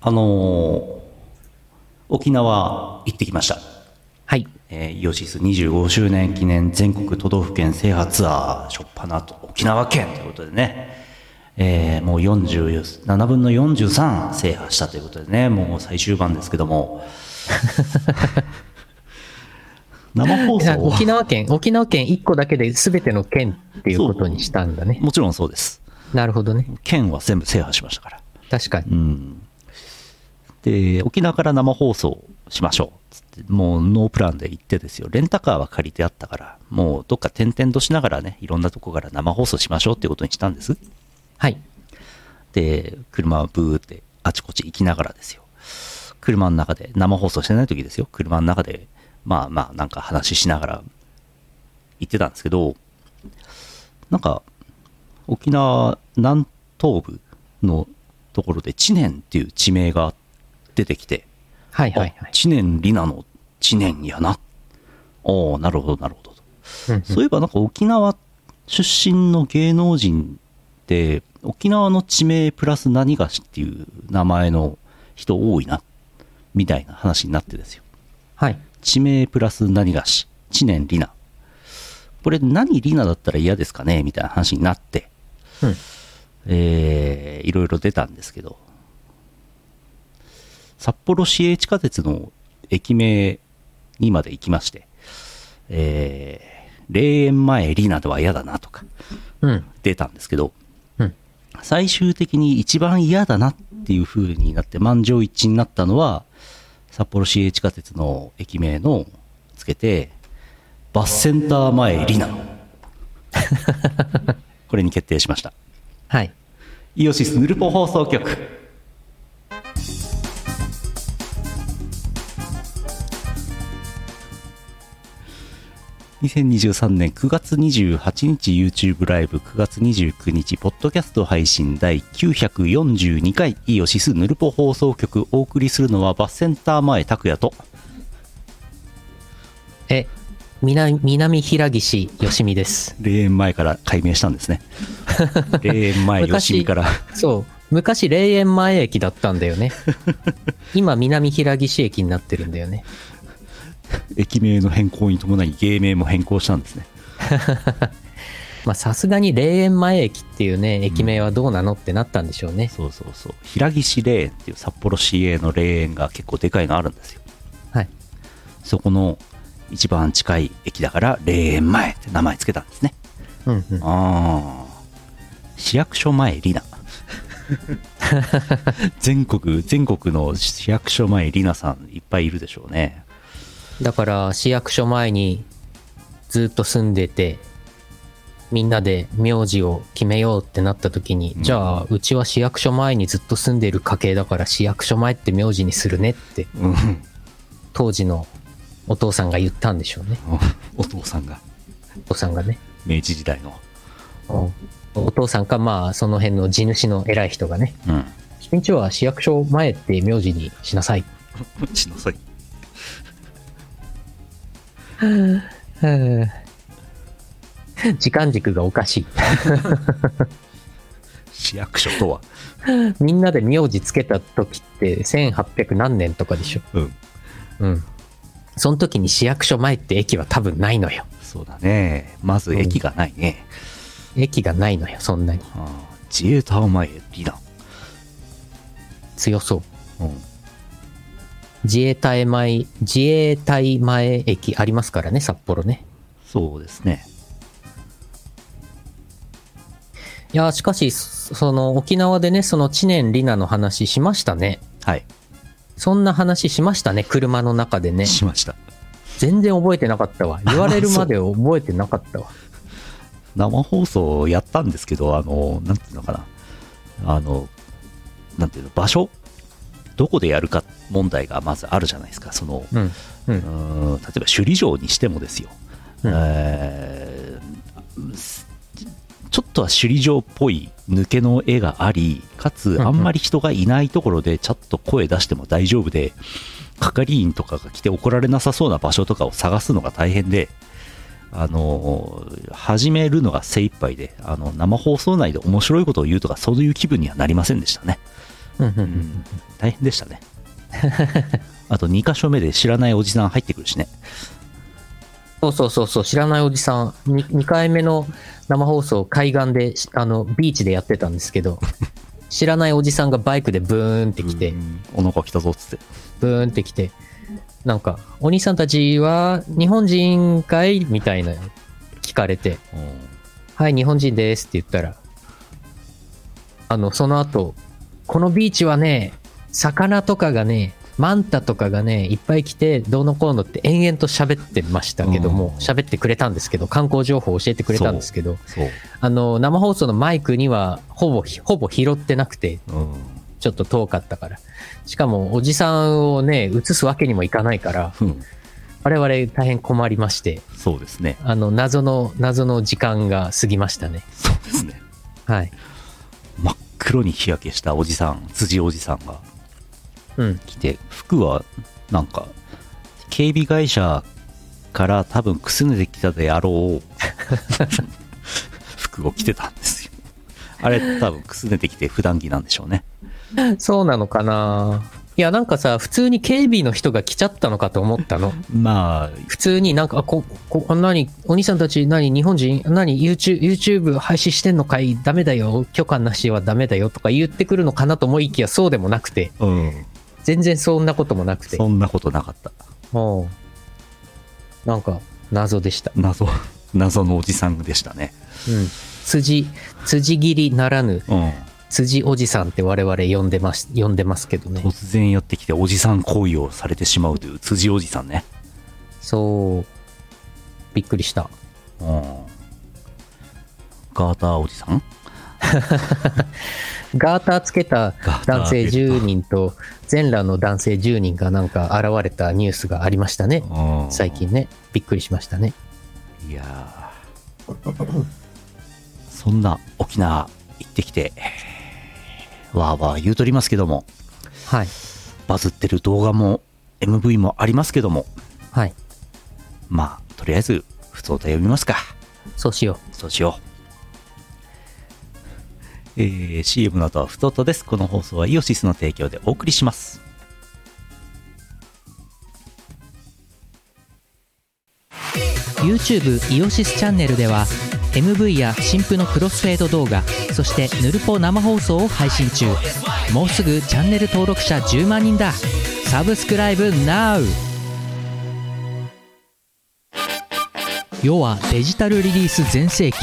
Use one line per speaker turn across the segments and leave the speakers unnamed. あのー沖縄行ってきました。
はい。
えーイオシス25周年記念全国都道府県制覇ツアー、しょっぱなと沖縄県ということでね、えーもう47分の43制覇したということでね、もう最終盤ですけど も。生放
なんか
送
沖縄県、沖縄県1個だけで全ての県っていうことにしたんだね。
もちろんそうです。
なるほどね。
県は全部制覇しましたから。
確か
う
に。
ん、で沖縄から生放送しましょうつってもうノープランで行ってですよレンタカーは借りてあったからもうどっか転々としながらねいろんなとこから生放送しましょうっていうことにしたんです
はい。
で車はブーってあちこち行きながらですよ車の中で生放送してない時ですよ車の中でまあまあなんか話しながら行ってたんですけどなんか沖縄南東部のところで知念っていう地名が出てきて、
はいはいは
あ
い。
知念里奈の知念やなおおなるほどなるほどと
うんうん
そういえばなんか沖縄出身の芸能人って沖縄の地名プラス何がしっていう名前の人多いなみたいな話になってですよ
はい。
地名プラス何がし知念里奈これ何里奈だったら嫌ですかねみたいな話になって、
うん
えーいろいろ出たんですけど札幌市営地下鉄の駅名にまで行きまして、えー霊園前里奈では嫌だなとか
うん。
出たんですけど
うん。
最終的に一番嫌だなっていう風になって満場一致になったのは札幌市営地下鉄の駅名のつけてバスセンター前リナこれに決定しました
はい。
イオシスヌルポ放送局2023年9月28日 YouTube ライブ9月29日ポッドキャスト配信第942回イオシスヌルポ放送局お送りするのはバスセンター前拓也と
え、南、南平岸よしみです。
霊園前から改名したんですね霊園前よしみから
そう。昔、霊園前駅だったんだよ ね。今、南平岸駅になってるんだよね。
駅名の変更に伴い芸名も変更したんですね
まあ、さすがに霊園前駅っていうね、駅名はどうなのってなったんでしょうね。
そうそうそう平岸霊園っていう札幌市営の霊園が結構でかいのあるんですよ
はい。
そこの一番近い駅だから霊園前って名前つけたんですね
うんうん。
ああ市役所前 里奈全国全国の市役所前里奈さんいっぱいいるでしょうね
だから市役所前にずっと住んでてみんなで名字を決めようってなった時に、
うん
じゃあうちは市役所前にずっと住んでる家系だから市役所前って名字にするねって
うん
当時のお父さんが言ったんでしょうね
おお父さんが
お父さんがね
明治時代の
おお父さんかまあその辺の地主の偉い人がね
うん
君んちは市役所前って名字にしなさい
ちのそい
うん時間軸がおかしい
市役所とは
みんなで名字つけた時って1800何年とかでしょ。
うん
うん。その時に市役所前って駅は多分ないのよ。
そうだねまず駅がないね、
駅がないのよ、そんなに。
ああ自衛隊前里奈
強そう。
うん
自衛隊前、自衛隊前駅ありますからね、札幌ね。
そうですね。
いやー、しかし、そその沖縄でね、その知念里奈の話しましたね。
はい。
そんな話しましたね、車の中でね。
しました。
全然覚えてなかったわ。言われるまで覚えてなかったわ。
生放送やったんですけど、あの、なんていうのかな。あの、なんていうの、場所どこでやるか問題がまずあるじゃないですか。その、
うん。う。
うんーん例えば首里城にしてもですよ。
うん
えーすちょっとは首里城っぽい抜けの絵があり、か
ん
つ
うん
あんまり人がいないところでちょっと声出しても大丈夫で、係員とかが来て怒られなさそうな場所とかを探すのが大変で、あのー始めるのが精一杯であの生放送内で面白いことを言うとかそういう気分にはなりませんでしたね
うんうん
う
う
んん、大変でしたね あと2箇所目で知らないおじさん入ってくるしね
そうそうそうそう、知らないおじさん、2, 回目の生放送、海岸で、しあの、ビーチでやってたんです けど、知らないおじさんがバイクでブーンって来て、
うんおのこ来たぞっつって
ブーンって来て、なんか、お兄さんたちは日本人かいみたいな聞かれて、はい、日本人ですって言ったら、あの、その後、このビーチはね、魚とかがね、マンタとかがね、いっぱい来て、どうのこうのって延々と喋ってましたけども
うん、
喋ってくれたんですけど、観光情報を教えてくれたんですけど、
そう、
あの、生放送のマイクには、ほぼ、ほぼ拾ってなくて、
うん、
ちょっと遠かったから。しかも、おじさんをね、映すわけにもいかないから、
うん
我々大変困りまして、
そうですね
あの、謎の、謎の時間が過ぎましたね。
そうですね
はい。
真っ黒に日焼けしたおじさん辻おじさんが
うん。
来て服はなんか警備会社から多分くすねてきたであ ろう服を着てたんですよあれ多分くすねてきて普段着なんでしょうね
そうなのかないや、なんかさ、普通に警備の人が来ちゃったのかと思ったの。
まあ
普通になんか、あこ、こ、こ何、お兄さんたち何、日本人何、YouTube、YouTube 配信してんのかいダメだよ。許可なしはダメだよ。とか言ってくるのかなと思いきや、そうでもなくて。
うん
全然そんなこともなくて。
そんなことなかった
もう、なんか、謎でした。
謎謎のおじさんでしたね
うん。辻、辻切りならぬ、
うん
辻おじさんって我々呼んでます、呼んでますけどね。
突然やってきておじさん行為をされてしまうという辻おじさんね
そう、びっくりした。
うんガーターおじさん
ガーターつけ
ガ
た
ーター
男性10人と、全裸の男性10人がなんか現れたニュースがありましたね。
うん
最近ね。びっくりしましたね。
いやーそんな沖縄行ってきてわーわー言うとりますけども
はい。
バズってる動画も MV もありますけども
はい。
まあとりあえず普通歌読みますか
そうしよ
そうしよう、えー CM の後はふととですこの放送はイオシスの提供でお送りします
う。YouTube イオシスチャンネルでは、MV や新婦のクロスフェード動画、そしてヌルポ生放送を配信中。もうすぐチャンネル登録者10万人だ。サブスクライブ NOW! 世はデジタルリリース全盛期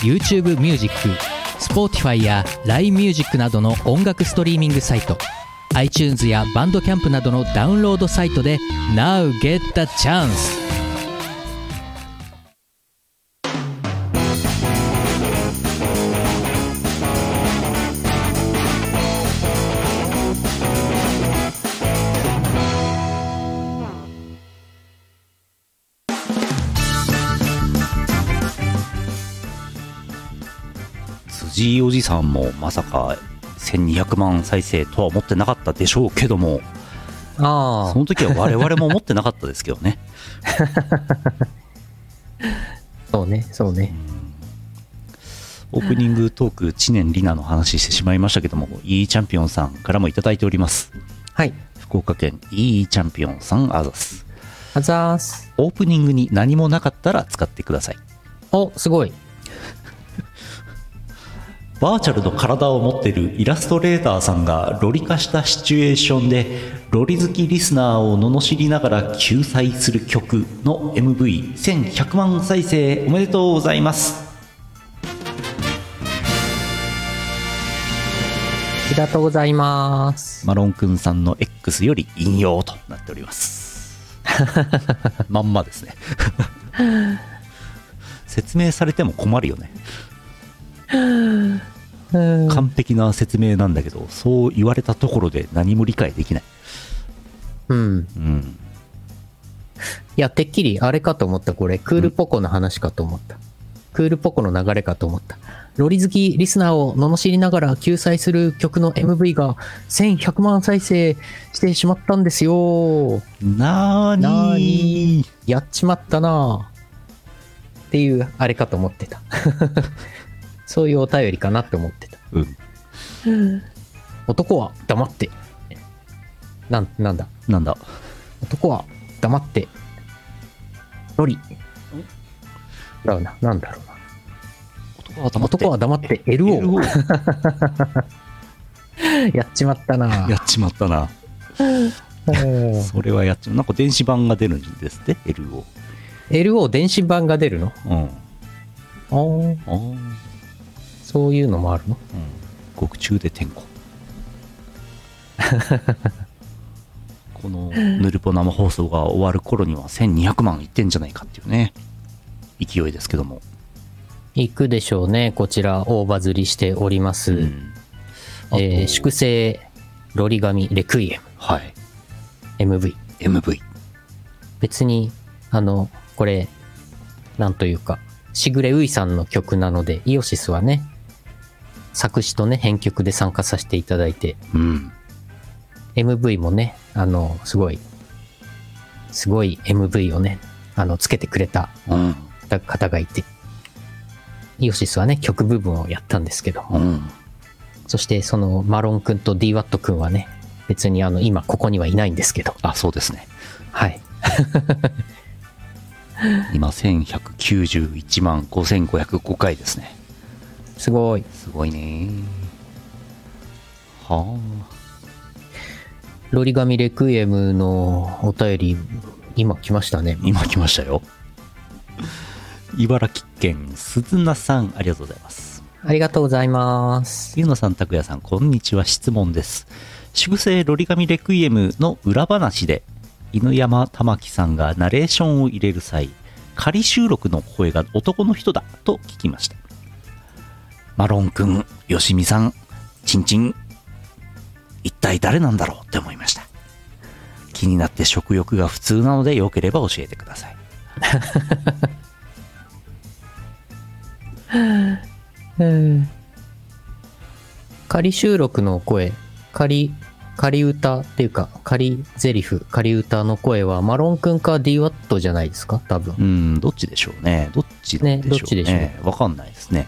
YouTube ミュージック Spotify や LINE ミュージックなどの音楽ストリーミングサイト iTunes やバンドキャンプなどのダウンロードサイトで Now get the chance!
辻井おじさんもまさか1200万再生とは思ってなかったでしょうけども
あ
その時は我々も思ってなかったですけどね
そうねそうね
オープニングトーク知念里奈の話してしまいましたけどもいいチャンピオンさんからもいただいております
はい
福岡県いいチャンピオンさんあざす
あざーす
オープニングに何もなかったら使ってください
おすごい
バーチャルの体を持っているイラストレーターさんがロリ化したシチュエーションでロリ好きリスナーを罵りながら救済する曲の MV1100 万再生おめでとうございます
ありがとうございます
マロンくんさんの X より引用となっております まんまですね 説明されても困るよね
うん
完璧な説明なんだけどそう言われたところで何も理解できない
うん
うん
いやてっきりあれかと思ったこれクールポコの話かと思った、クールポコの流れかと思ったロリ好きリスナーを罵りながら救済する曲の MV が1100万再生してしまったんですよ
なーに
なーにやっちまったなあっていうあれかと思って たそういうお便りかなって思ってた
うん
男は黙って。なん、なんだ。
なんだ。
男は黙って。ロリ。だな。なんだろうな。
男は
男は黙って LO。やっちまったな。
やっちまったな。
うん
それはやっちまなんか電子版が出るんですって、LO。
LO 電子版が出るの
うん。あ
あー
あ。うん。
そういうのもあるの
獄中で天 候。このヌルポ生放送が終わる頃には1200万いってんじゃないかっていうね、勢いですけども。
行くでしょうね。こちら、大バズりしております。
うんあと
えー粛清、ロリガミ、レクイエ
はい。
ム、MV。
MV。
別に、あの、これ、なんというか、しぐれういさんの曲なので、イオシスはね、作詞とね、編曲で参加させていただいて、
うん。
MV もね、あの、すごい、すごい MV をね、あの、つけてくれた
うん。
方がいて、イオシスはね、曲部分をやったんですけど、
うん。
そしてそのマロン君と DWAT 君はね、別にあの、今ここにはいないんですけど、
あ、そうですね。
はい。
今、1191万5505回ですね。
すごい。
すごいね。は
ロリガミレクイエムのお便り、今来ましたね
あ。。今来ましたよ。茨城県鈴名さん、ありがとうございます。
ありがとうございます。
ゆうのさん、たくやさん、こんにちは。質問です。粛清ロリガミレクイエムの裏話で、犬山玉木さんがナレーションを入れる際、仮収録の声が男の人だと聞きました。マロンくん、よしみさん、ちんちん、一体誰なんだろうって思いました。気になって食欲が普通なので、よければ教えてください。
うん。仮収録の声、仮、仮歌っていうか、仮ゼリフ、仮歌の声は、マロン君か DWAT じゃないですか多分
う。ん、どっちでしょうね。どっちなんで
ねどっ
しょう
ちでしょう
ね。わ、かんないですね。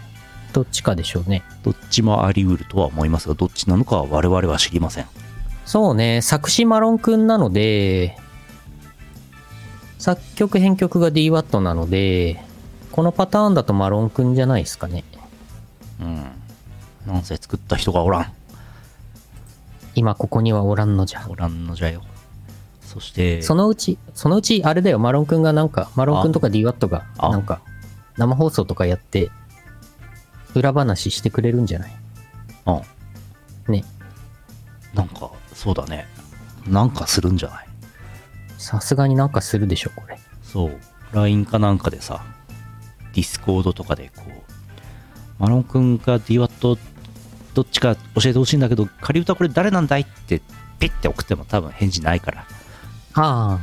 どっちかでしょうね。
どっちもあり得るとは思いますが、どっちなのかは我々は知りません。
そうね、作詞マロンくんなので、作曲編曲が DWAT なので、このパターンだとマロンくんじゃないですかね。
うん。なんせ作った人がおらん。
今ここにはおらんのじゃ。
おらんのじゃよ。そして、
そのうち、そのうちあれだよ、マロンくんがなんか、マロンくんとか DWAT が、
あ
なんか、生放送とかやって、裏話してくれるんじゃない
うん。
ね。
なんか、そうだね。なんかするんじゃない
さすがになんかするでしょ、これ。
そう。LINE かなんかでさ、ディスコードとかでこう、マロン君か DWAT どっちか教えてほしいんだけど、仮歌これ誰なんだいって、ピッて送っても多分返事ないから、
あ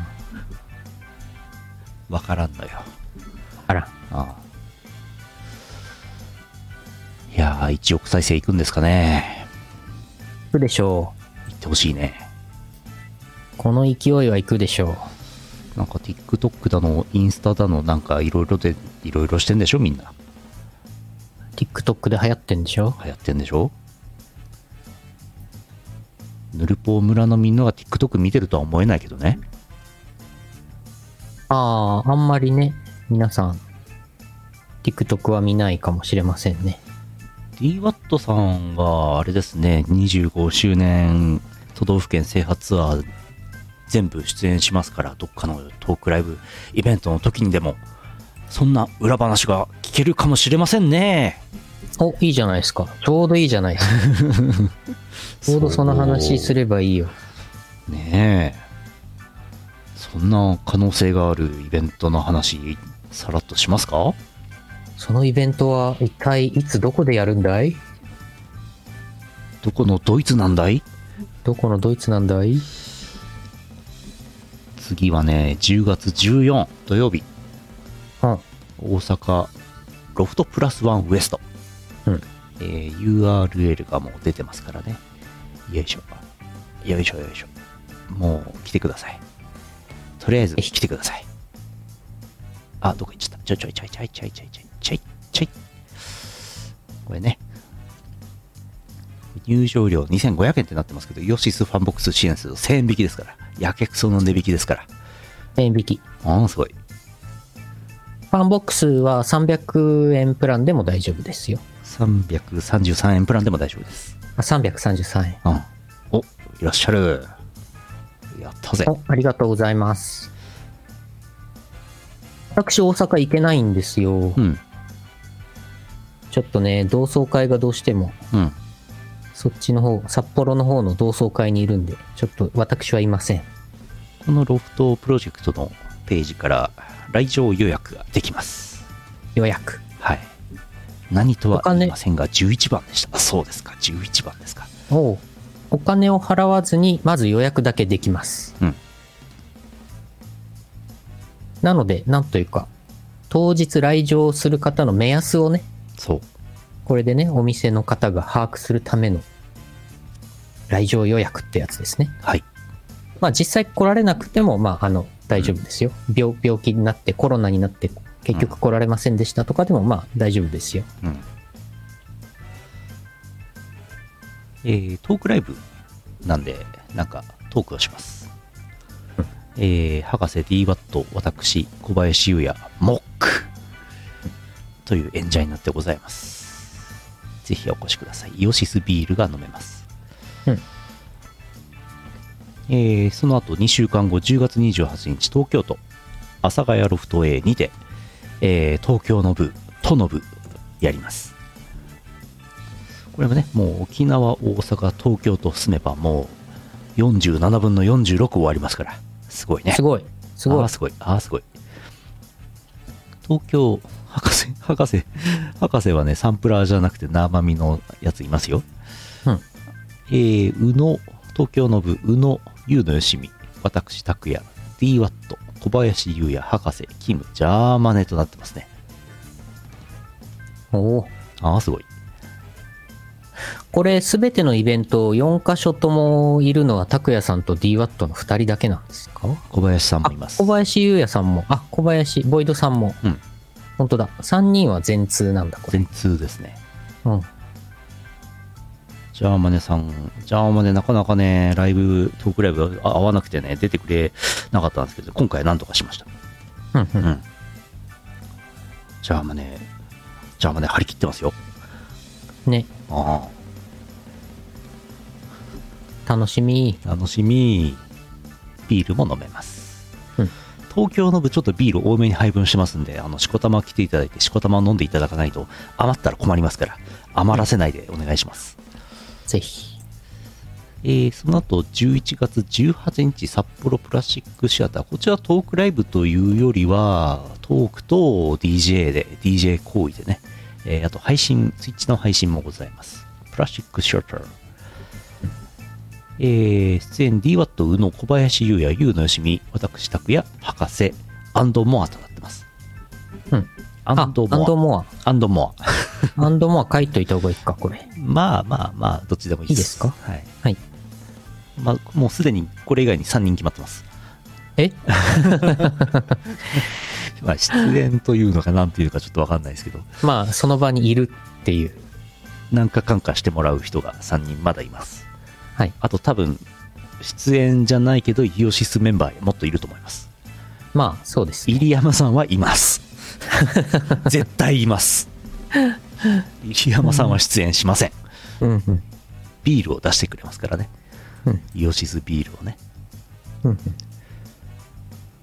わからんのよ。
あ、あら。
ああいやー、1億再生いくんですかね。
行くでしょう。
いってほしいね。
この勢いは行くでしょう。
なんか TikTok だの、インスタだの、なんかいろいろで、いろいろしてんでしょ、みんな。
TikTok で流行ってんでしょ
流行ってんでしょヌルポ村のみんなが TikTok 見てるとは思えないけどね。
ああ、あんまりね、皆さん、TikTok は見ないかもしれませんね。
DWAT さんは、あれですね、25周年都道府県制覇ツアー全部出演しますから、どっかのトークライブイベントの時にでも、そんな裏話が聞けるかもしれませんね。
お、いいじゃないですか。ちょうどいいじ ゃないですか。ちょうどその話すればいいよ。
ねえ。そんな可能性があるイベントの話、さらっとしますか
そのイベントは一体いつどこでやるんだい
どこのドイツなんだい
どこのドイツなんだい
次はね、10月14土曜日、
うん。
大阪ロフトプラスワンウエスト。
うん
えー URL がもう出てますからね。よいしょ。よいしょよいしょ。もう来てください。とりあえず来てください。あ、どこ行っちゃった。ちょいちょいちょいちょいちょいちょいちょいちょいちょい。これね。入場料2500円ってなってますけど、イオシスファンボックス支援すると1000円引きですから。やけくその値引きですから。
1000円引き。
ああ、すごい。
ファンボックスは300円プランでも大丈夫ですよ。
333円プランでも大丈夫です。
あ333円。
うん。お、いらっしゃる。やったぜ。
お、ありがとうございます。私、大阪行けないんですよ
う。ん、
ちょっとね、同窓会がどうしても、
うん。
そっちの方、札幌の方の同窓会にいるんで、ちょっと私はいません。
このロフトプロジェクトのページから来場予約ができます。
予約。
はい。何とは
お金
言いませんが、11番でした。あそうですか、11番ですか。
おうお金を払わずに、まず予約だけできます。
うん
なので、なんというか、当日来場する方の目安をね、
そう。
これでね、お店の方が把握するための来場予約ってやつですね。
はい。
まあ実際来られなくても、まああの、大丈夫ですよ。病病気になって、コロナになって、結局来られませんでしたとかでも、まあ大丈夫ですよ。
うん。えートークライブなんで、なんかトークをします。えー博士 D バット、私、小林優也、モックという演者になってございます。ぜひお越しください。イオシスビールが飲めます。
うん
えーその後2週間後、10月28日、東京都、阿佐ヶ谷ロフト A にて、えー東京の部、都の部、やります。これもね、もう沖縄、大阪、東京と住めばもう47分の46終わりますから、すごいね
す。ごい。すご
あ
い
ー。すごい。あーすごい。東京、博士、 博士、博士はね、サンプラーじゃなくて生身のやついますよ。
うん
えー、宇野、東京の部、宇野、優のよしみ、私、拓也、DWAT、小林優也、博士、キム、ジャーマネとなってますね。
おう
ああ、すごい。
これ、すべてのイベント、4箇所ともいるのは、拓也さんと DWAT の2人だけなんですか
小林さんもいま
あ
す
小。林優也さんも、あ、小林、ボイドさんも。
うん
本当だ。3人は全通なんだ、これ。
全通ですね。
うん。
ジャーマネさん、ジャーマネなかなかね、ライブ、トークライブあ合わなくてね、出てくれなかったんですけど、今回なんとかしました。
うんう
うんん。ジャーマネ、ジャーマネ張り切ってますよ。
ね、
あ
楽しみ。
あ、楽しみ。ビールも飲めます。
うん
東京の部、ちょっとビール多めに配分してますんで、あの、しこたま来ていただいて、しこたま飲んでいただかないと、余ったら困りますから、余らせないでお願いします。
ぜひ。
えーその後11月18日札幌プラスチックシアターこちらトークライブというよりはトークと DJ で DJ 行為でね、えーあと配信ツイッチの配信もございますプラスチックシアター、えー出演 DWAT 宇野小林優也優のよしみ私拓也博士アンドモアとなってます
うん
アンド
あアン
モ
ド モ
アアンドモア
ア。アンドモア書いといた方がいいか、これ。
まあまあまあどっちでもいいです
いいですか
はい
はい。
まあ、もうすでにこれ以外に3人決まってます。
え
まあ、出演というのかなんていうかちょっとわかんないですけど、
まあ、その場にいるっていう。
なんか感化してもらう人が3人まだいます。
はい。
あと多分、出演じゃないけど、イオシスメンバーもっといると思います。
まあ、そうです、ね。
入山さんはいます。 絶対います。入山さんは出演しません。
うんうん。
ビールを出してくれますからね。
うん
イオシスビールをね。
うん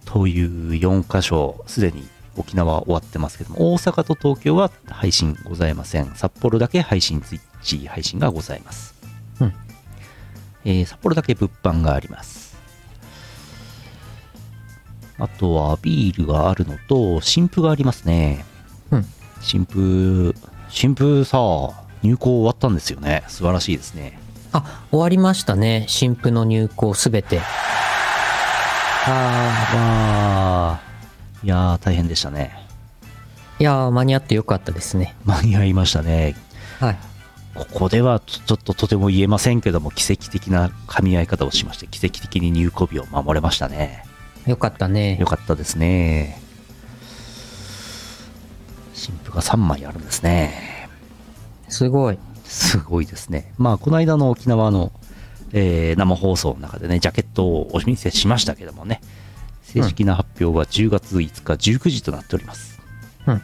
という4箇所、すでに沖縄は終わってますけども、大阪と東京は配信ございません。札幌だけ配信、ツイッチ配信がございます。
うん
えー札幌だけ物販があります。あとはビールがあるのと、新婦がありますね。
うん。
新婦、新婦さ、入校終わったんですよね。素晴らしいですね。
あ、終わりましたね。新婦の入校すべて。あ
わー。いやー、大変でしたね。
ーいやー、間に合ってよかったですね。
間に合いましたね。
はい。
ここではちょちょっととても言えませんけども奇跡的な噛み合い方をしまして奇跡的に入庫日を守れましたね
よかったね
よ。かったですね新婦が3枚あるんですね
すごい。
すごいですね。まあ、この間の沖縄の、えー生放送の中でね、ジャケットをお見せしましたけどもね、正式な発表は10月5日19時となっております。
うん。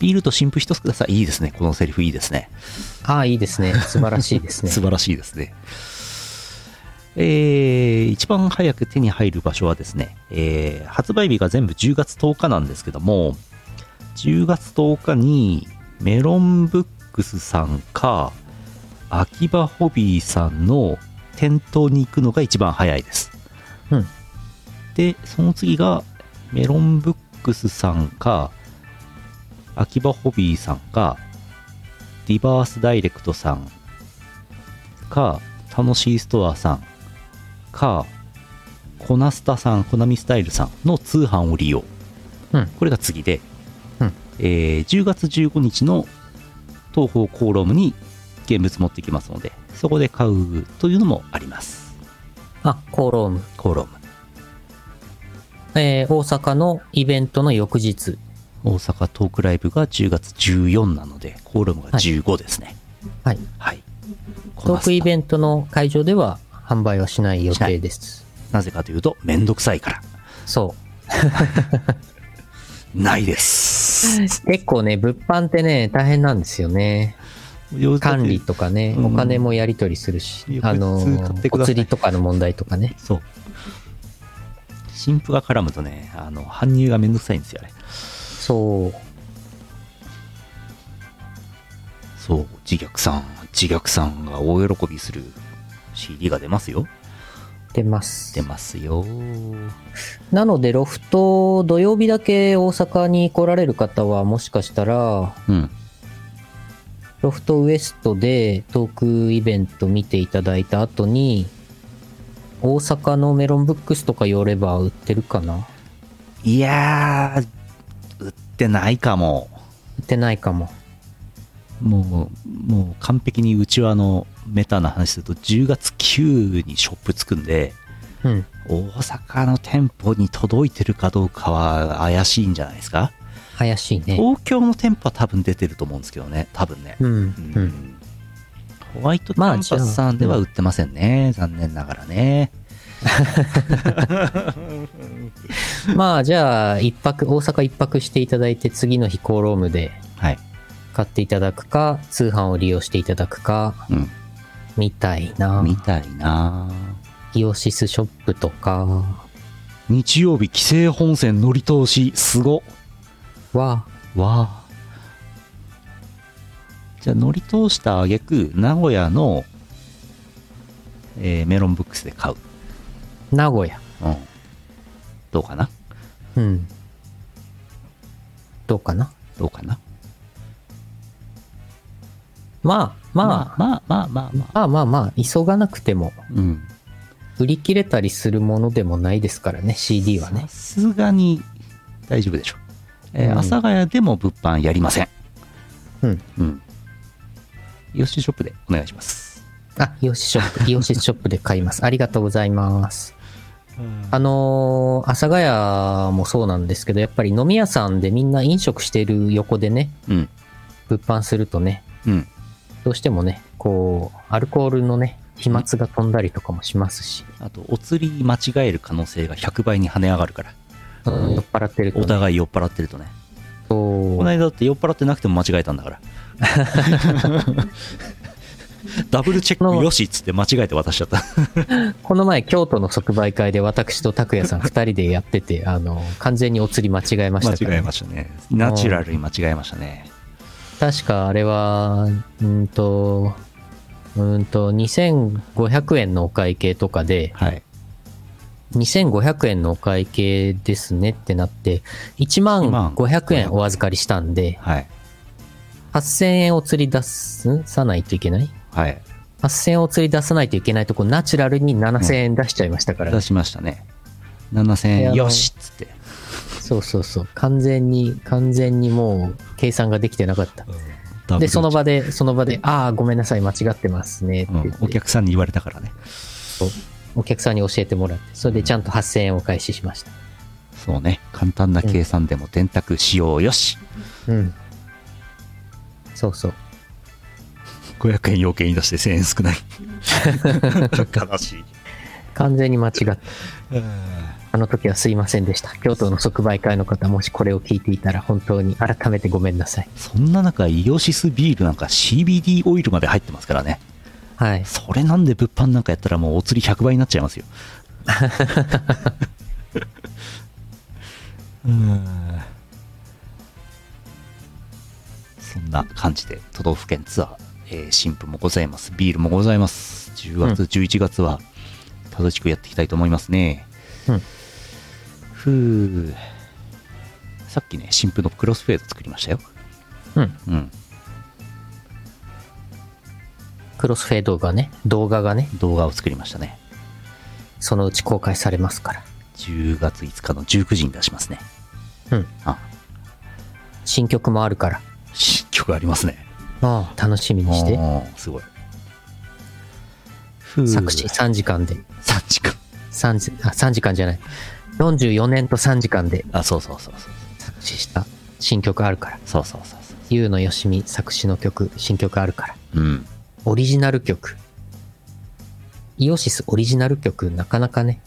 ビールと新婦一つください。いいですね。このセリフいいですね。
ああ、いいですね。素晴らしいですね。
素 晴らしいですね。えー一番早く手に入る場所はですね、えー発売日が全部10月10日なんですけども、10月10日にメロンブックスさんか、秋葉ホビーさんの店頭に行くのが一番早いです。
うん
で、その次がメロンブックスさんか、秋葉ホビーさんか、リバースダイレクトさんか、楽しいストアさんか、コナスタさん、コナミスタイルさんの通販を利用。
うん
これが次で、
うん
えー10月15日の東方コーロームに現物持ってきますので、そこで買うというのもあります。
あ、コーローム。
コーローム。
えー大阪のイベントの翌日。
大阪トークライブが10月14なので、コーロームが15ですね。
はい。
はい。
トークイベ
ン
ントの会場では販売はしない予定です。
ト。なぜかというと、めんどくさいから。
そう。
ないです。
結構ね、物販ってね、大変なんですよね。管理とかね、
うん
お金もやり取りするし
い、や
あの
普通買って、く
お
ださい
釣りとかの問題とかね。
そう。新婦が絡むとね、あの、搬入がめんどくさいんですよね。
そう。
そう、自虐さん、自虐さんが大喜びする CD が出ますよ。
出ます
出。ますよ。
なので、ロフト、土曜日だけ大阪に来られる方は、もしかしたら、
うん。
ロフトウエストでトークイベント見ていただいた後に、大阪のメロンブックスとか寄れば売ってるかない
やー、売ってないかも。
売ってないかも。
もう、もう完璧にうちはあの、メタな話すると、10月9にショップつくんで、
うん。
大阪の店舗に届いてるかどうかは怪しいんじゃないですか
怪しいね。
東京の店舗は多分出てると思うんですけどね、多分ね。
うん。う。
うんんホワイトキャンパスさんでは売ってませんね、残念ながらね。
まあ、じゃあ、一泊、大阪一泊していただいて、次の日コーロームで
はい。
買っていただくか、通販を利用していただくか、
うん。
みたいな。
みたいな
イオシスショップとか
日曜日、規制本線乗り通し、すご
は、
わあ。じゃあ、乗り通した挙句、名古屋の、えーメロンブックスで買う。
名古屋。
うん。どうかな
うん。どうかな
どうかな
まあ、まあ、
まあまあまあまあ。
まあまあまあ、急がなくても、
うん。
売り切れたりするものでもないですからね、CD はね
さ。すがに大丈夫でしょう。えー
うん
阿佐ヶ谷でも物販やりません。
うん。
うん。ヨッシーショップでお願いします。
あ、イオシスショップ、イ オシスショップで買います。ありがとうございます。あのー、阿佐ヶ谷もそうなんですけど、やっぱり飲み屋さんでみんな飲食してる横でね、
うん。
物販するとね、
うん。
どうしてもね、こう、アルコールのね、飛沫が飛んだりとかもしますし、
あと、お釣り間違える可能性が100倍に跳ね上がるから。
酔っ払ってると
お
ね、
互い酔っ払ってるとね。
そう
この間だって酔っ払ってなくても間違えたん だから。ダブルチェックよしっつって間違えて渡しちゃった。
この前、京都の即売会で私と拓 也さん二人でやってて、あの、完全にお釣り間違えましたから、
間違えましたね。ナチュラルに間違えましたね。
確かあれは、うーんと、うーんと、2500円のお会計とかで、
はい。
2500円のお会計ですねってなって、1万500円お預かりしたんで、
はい。
8000円お釣り出す、んさないといけない
はい。
8000円お釣り出さないといけないとこ、ナチュラルに7000円出しちゃいましたからね、
出しましたね。7000円よしっつって。
そうそうそう。完全に、完全にもう計算ができてなかった。で、その場で、その場で、ああ、ごめんなさい、間違ってますねって
う
言
ん、
って、
お客さんに言われたからね。
お客さんに教えてもらって、それでちゃんと8000円お返ししました。
そうね。簡単な計算でも電卓使用よし。
うん。そうそう。
500円要件に出して1000円少ない悲しい
完全に間違った。あの時はすいませんでした。京都の即売会の方、もしこれを聞いていたら本当に改めてごめんなさい。
そんな中イオシスビールなんか CBD オイルまで入ってますからね
はい。
それなんで物販なんかやったらもうお釣り100倍になっちゃいますよ うんそんな感じで都道府県ツアー、えー新婦もございますビールもございます10月、
う
11月は楽しくやっていきたいと思いますね
うん
ふうさっきね新婦のクロスフェード作りましたよ
うん。
うん
クロスフェードがね、動画がね、
動画を作りましたね
そのうち公開されますから。
10月5日の19時に出しますね
うん。
あ
新曲もあるから。
新曲ありますね。
ああ、楽しみにして。
おーすごい。ふう
作詞3時間で。
3時間。
3時、あ、3時間じゃない。44年と3時間で
あ、そうそうそうそう。
作詞した新曲あるから。
そうそうそうそ
ゆうのよしみ作詞の曲、新曲あるから。
う。うん。
オリジナル曲。イオシスオリジナル曲、なかなかね。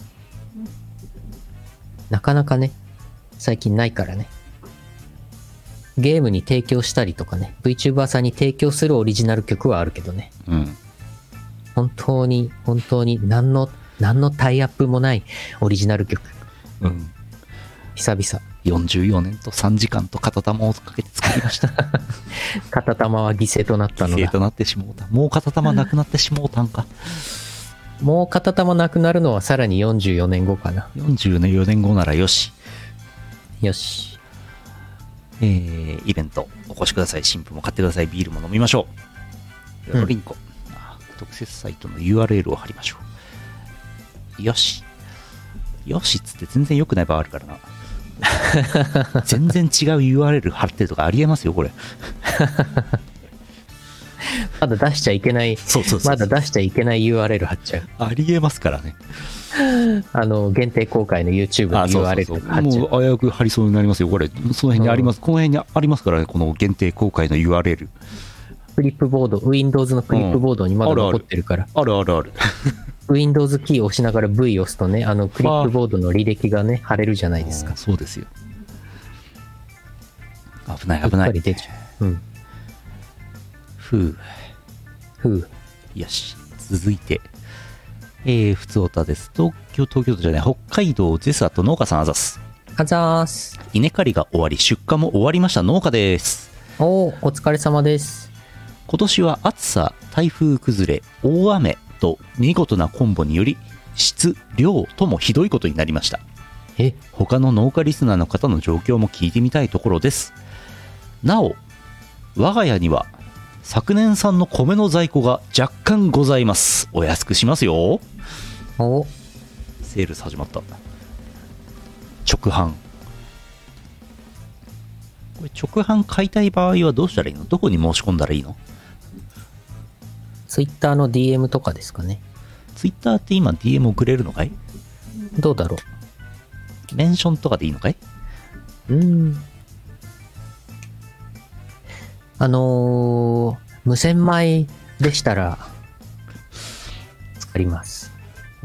なかなかね。最近ないからね。ゲームに提供したりとかね。VTuber さんに提供するオリジナル曲はあるけどね。
うん。
本当に、本当に、何の、何のタイアップもないオリジナル曲。
うん。
久々。
44年と3時間と片玉をかけて作りま した。
片玉は犠牲となったの
犠牲
だ
と。なってしもうた。もう片玉なくなってしもうたんか。
もう片玉なくなるのはさらに44年後かな。
44年後ならよし。
よし。
えー、イベントお越しください。新婦も買ってください。ビールも飲みましょう。
うん
リンコ。あ特設サイトの URL を貼りましょう。よし。よしっつって全然良くない場合あるからな。 全然違う URL 貼ってるとかありえますよ、これ。
まだ出しちゃいけない、
そうそう
まだ出しちゃいけない URL 貼っちゃう。
ありえますからね。
あの、限定公開の YouTube の
あ、そうそう
URL
そ
と
う。
か貼っちゃ
も
う。
う危うく貼りそうになりますよ、これ。その辺にあります。この辺にありますからね、この限定公開の URL。
クリップボード、Windows のクリップボードにまだ
うんあるあ
残
る
ってるから、
あるあるある。
Windows キーを押しながら V を押すとね、あのクリップボードの履歴がね、貼れるじゃないです
あー
か。
そうですよ。危ない、
やっ
危な
ぱ
い
り。出ちゃう。うん。
ふう
ふう。
よし続いてえー、ふつおたです東京東京都じゃない北海道ゼスアット農家さんあざす
あざーす。
稲刈りが終わり出荷も終わりました農家です
おー、お疲れ様です。
今年は暑さ台風崩れ大雨と見事なコンボにより質量ともひどいことになりました
え、
他の農家リスナーの方の状況も聞いてみたいところですなお我が家には昨年産の米の在庫が若干ございますお安くしますよ
お、
セールス始まった直販これ直販買いたい場合はどうしたらいいのどこに申し込んだらいいの
Twitter の DM とかですかね。
Twitter って今 DM 送れるのかい
どうだろ。
メンションとかでいいのかいう
うーん。あのー、無洗米でしたら、作ります。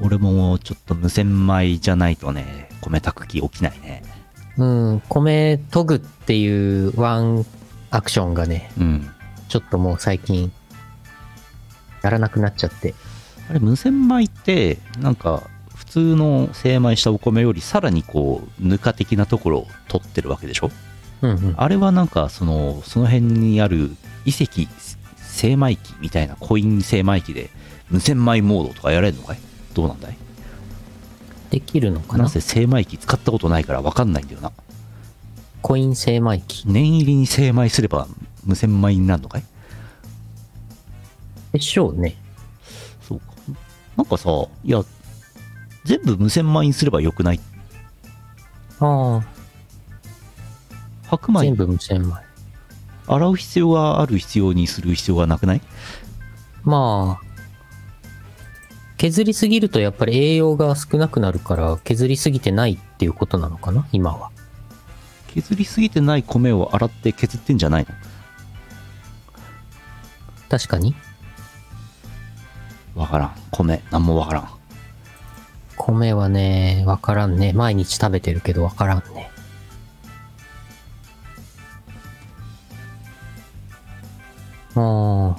俺ももうちょっと無洗米じゃないとね米炊く気起きないね
うん、米研ぐっていうワンアクションがね、
うん
ちょっともう最近、やらなくなっちゃって。
あれ無洗米ってなんか普通の精米したお米よりさらにこうぬか的なところを取ってるわけでしょ
うんうん。
あれはなんかそのその辺にある遺跡精米機みたいなコイン精米機で無洗米モードとかやれるのかいどうなんだい
できるのか
な
なん
せ精米機使ったことないから分かんないんだよな
コイン精米機。
念入りに精米すれば無洗米になるのかい
でしょうね。
そうかなんかさいや全部無洗米にすればよくない
あ
白
あ、全
米
部無洗米。
洗う必要がある必要にする必要がなくない
まあ、削りすぎるとやっぱり栄養が少なくなるから、削りすぎてないっていうことなのかな、今は。
削りすぎてない米を洗って削ってんじゃないの
確かに。
わからん。米、なんもわからん。
米はね、わからんね。毎日食べてるけどわからんね。ああ、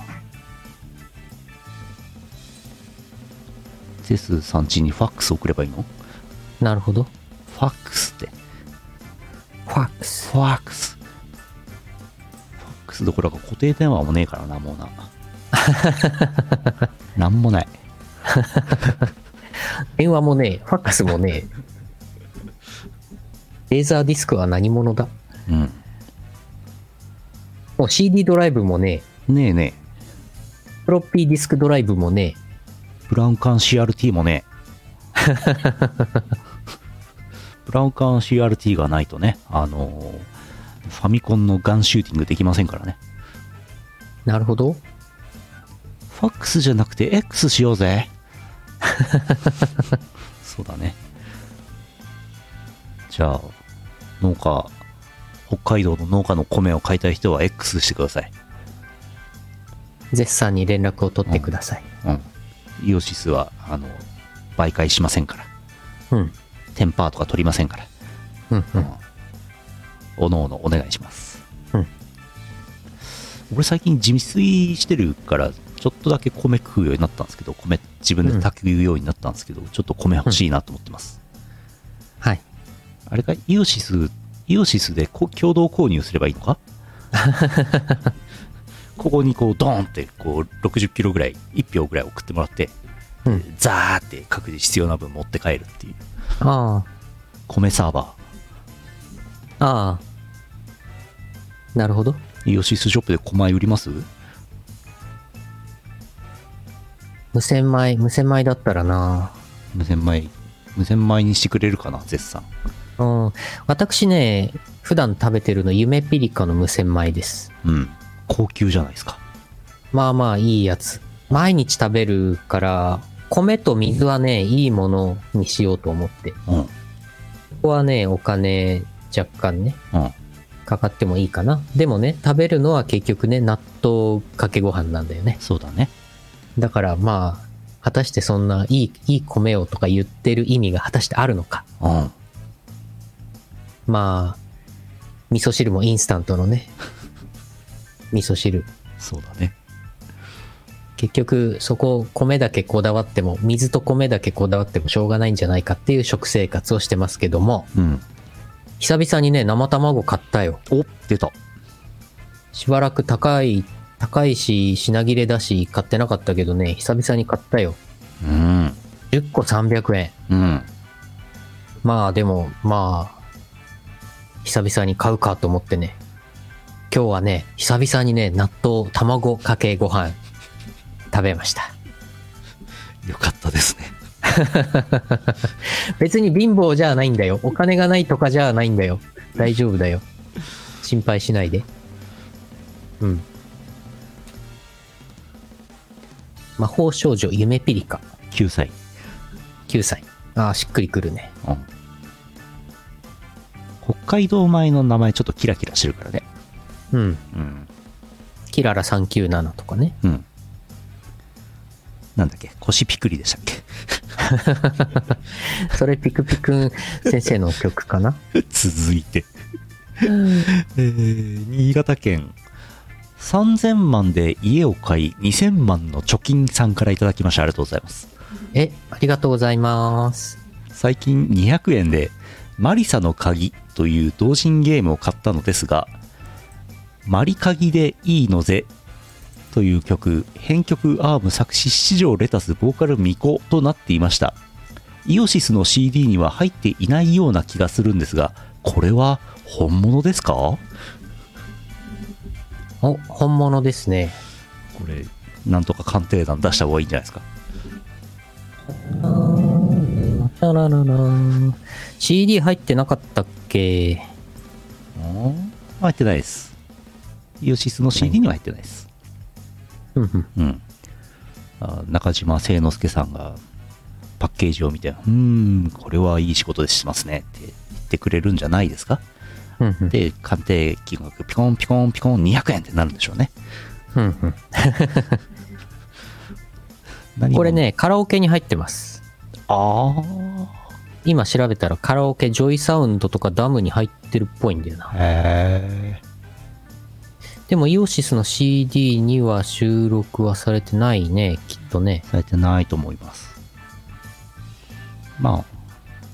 ゼスさん家にファックス送ればいいの
なるほど。
ファックスって。
ファックス。
ファックス。ファックスどころか固定電話もねえからな、もうな。なんもない。
電話もねえ。 ファックスもねえ。レーザーディスクは何者だ
うん。
もう CD ドライブもね
ねえね
え。フロッピーディスクドライブも
え。
ね
ブラウン管 CRT もねえ。ブラウン管 CRT がないとね、あのーファミコンのガンシューティングできませんからね。
え。なるほど。
ファックスじゃなくて X しようぜ。 そうだね。じゃあ、農家、北海道の農家の米を買いたい人は X してください。
ゼスさんに連絡を取ってください。
うん。イオシスは、あの、媒介しませんから。
うん。
テンパーとか取りませんから。
うん。う。
うんん。おのおのお願いします。
うん。
俺最近自炊してるから、ちょっとだけ米食うようになったんですけど、米自分で炊くようになったんですけど、ちょっと米欲しいなと思ってます。
はい。
あれか、イオシス、イオシスでこ共同購入すればいいの かここにこうドーンってこう60キロぐらい1票ぐらい送ってもらって
うん。
ザーって各自必要な分持って帰るっていう
あ
米サーバ
あ。ああ。なるほど。
ーイオシスショップで米売ります
無洗米、無洗米だったらな
無洗米無洗米にしてくれるかな絶賛
うん。私ね、普段食べてるの夢ピリカの無洗米です。
うん高級じゃないですか
まあまあいいやつ。毎日食べるから、米と水はね、いいものにしようと思って。こ
うんうん
こはね、お金若干ね、かかってもいいかな。でもね、食べるのは結局ね、納豆かけご飯なんだよね。
そうだね
だからまあ、果たしてそんないい、いい米をとか言ってる意味が果たしてあるのか。
うん
まあ、味噌汁もインスタントのね、味噌汁。
そうだね
結局、そこ、米だけこだわっても、水と米だけこだわってもしょうがないんじゃないかっていう食生活をしてますけども、
うん
久々にね、生卵買ったよ。
お出た
しばらく高い、高いし、品切れだし、買ってなかったけどね、久々に買ったよ。
うん
10個300円。
うん
まあでも、まあ、久々に買うかと思ってね。今日はね、久々にね、納豆、卵かけご飯、食べました。
よかったですね
別に貧乏じゃないんだよ。お金がないとかじゃないんだよ。大丈夫だよ。心配しないで。うん。魔法少女夢ピリカ、
9歳
9歳。ああ、しっくりくるね。
うん北海道米の名前ちょっとキラキラしてるからね
うん。
うん
キララ397とかね。
うんなんだっけ腰ピクリでしたっけ
それピクピクン先生の曲かな。
続いてえー新潟県3000万で家を買い2000万の貯金さんからいただきましてありがとうございます
え、ありがとうございます。
最近200円で「マリサの鍵」という同人ゲームを買ったのですが「マリ鍵でいいのぜ」という曲編曲アーム作詞七条レタスボーカルミコとなっていましたイオシスの CD には入っていないような気がするんですがこれは本物ですかこ
お、本物ですね。
れなんとか鑑定団出した方がいいんじゃないですか
ララララ CD 入ってなかったっけ
入ってないですイオシスの CD には入ってないです
うんうん。
うん、あ中島清之助さんがパッケージを見て、うーん、これはいい仕事でしますねって言ってくれるんじゃないですか。
うんうん。
で、鑑定金額、ピコンピコンピコン200円ってなるんでしょうね。
うんうん。
何
これ。ね、カラオケに入ってます。
あ
今調べたらカラオケ、ジョイサウンドとかダムに入ってるっぽいんだよな
あ。。へえ。
でもイオシスの CD には収録はされてないね、きっとね。
されてないと思います。まあ、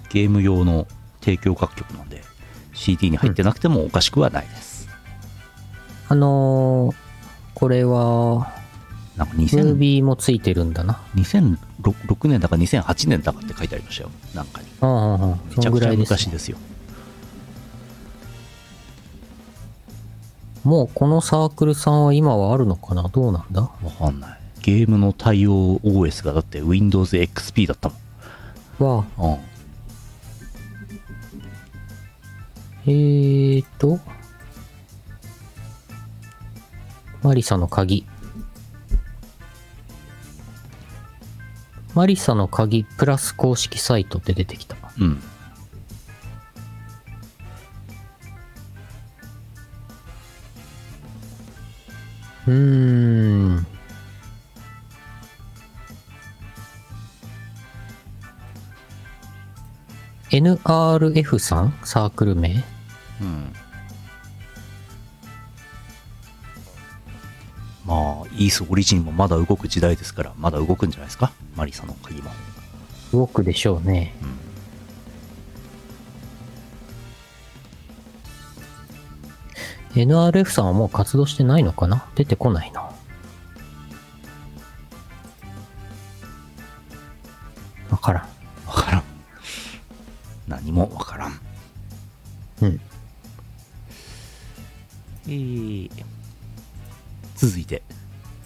ゲーム用の提供楽曲なんで、CD に入ってなくてもおかしくはないです。
あのー、これは、
なんか
ムー
2000
ビーもついてるんだな。
2006年だか2008年だかって書いてありましたよ。なんかに。
うんうんうん。
め
そ
ちゃ
の
く
ぐ
ち
ら
ゃ
いです、
昔
ね。
ですよ。
もうこのサークルさんは今はあるのかなどうなんだ
わかんない。ゲームの対応 OS がだって Windows XP だった
は、
もん。うん。
えーと、マリサの鍵。マリサの鍵プラス公式サイトって出てきた。
うん。
うーん。NRF さんサークル名
うん。まあ、イースオリジンもまだ動く時代ですから、まだ動くんじゃないですか。マリサの鍵も。
動くでしょうね。NRF さんはもう活動してないのかな出てこないな。わからん。
わからん。何もわからん。
うん。
えー続いて、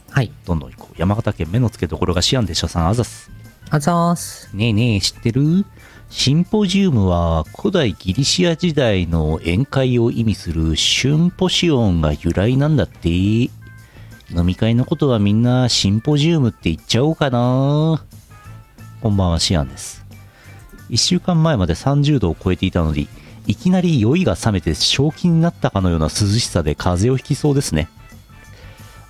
はい。
どんどん行こう。山形県目の付けどころがシアンでしょさん、あざす。
あざーす。
ねえねえ、知ってるシンポジウムは古代ギリシア時代の宴会を意味するシュンポシオンが由来なんだって。飲み会のことはみんなシンポジウムって言っちゃおうかな。こんばんは、シアンです。1週間前まで30度を超えていたのに、いきなり酔いが覚めて正気になったかのような涼しさで風邪をひきそうですね。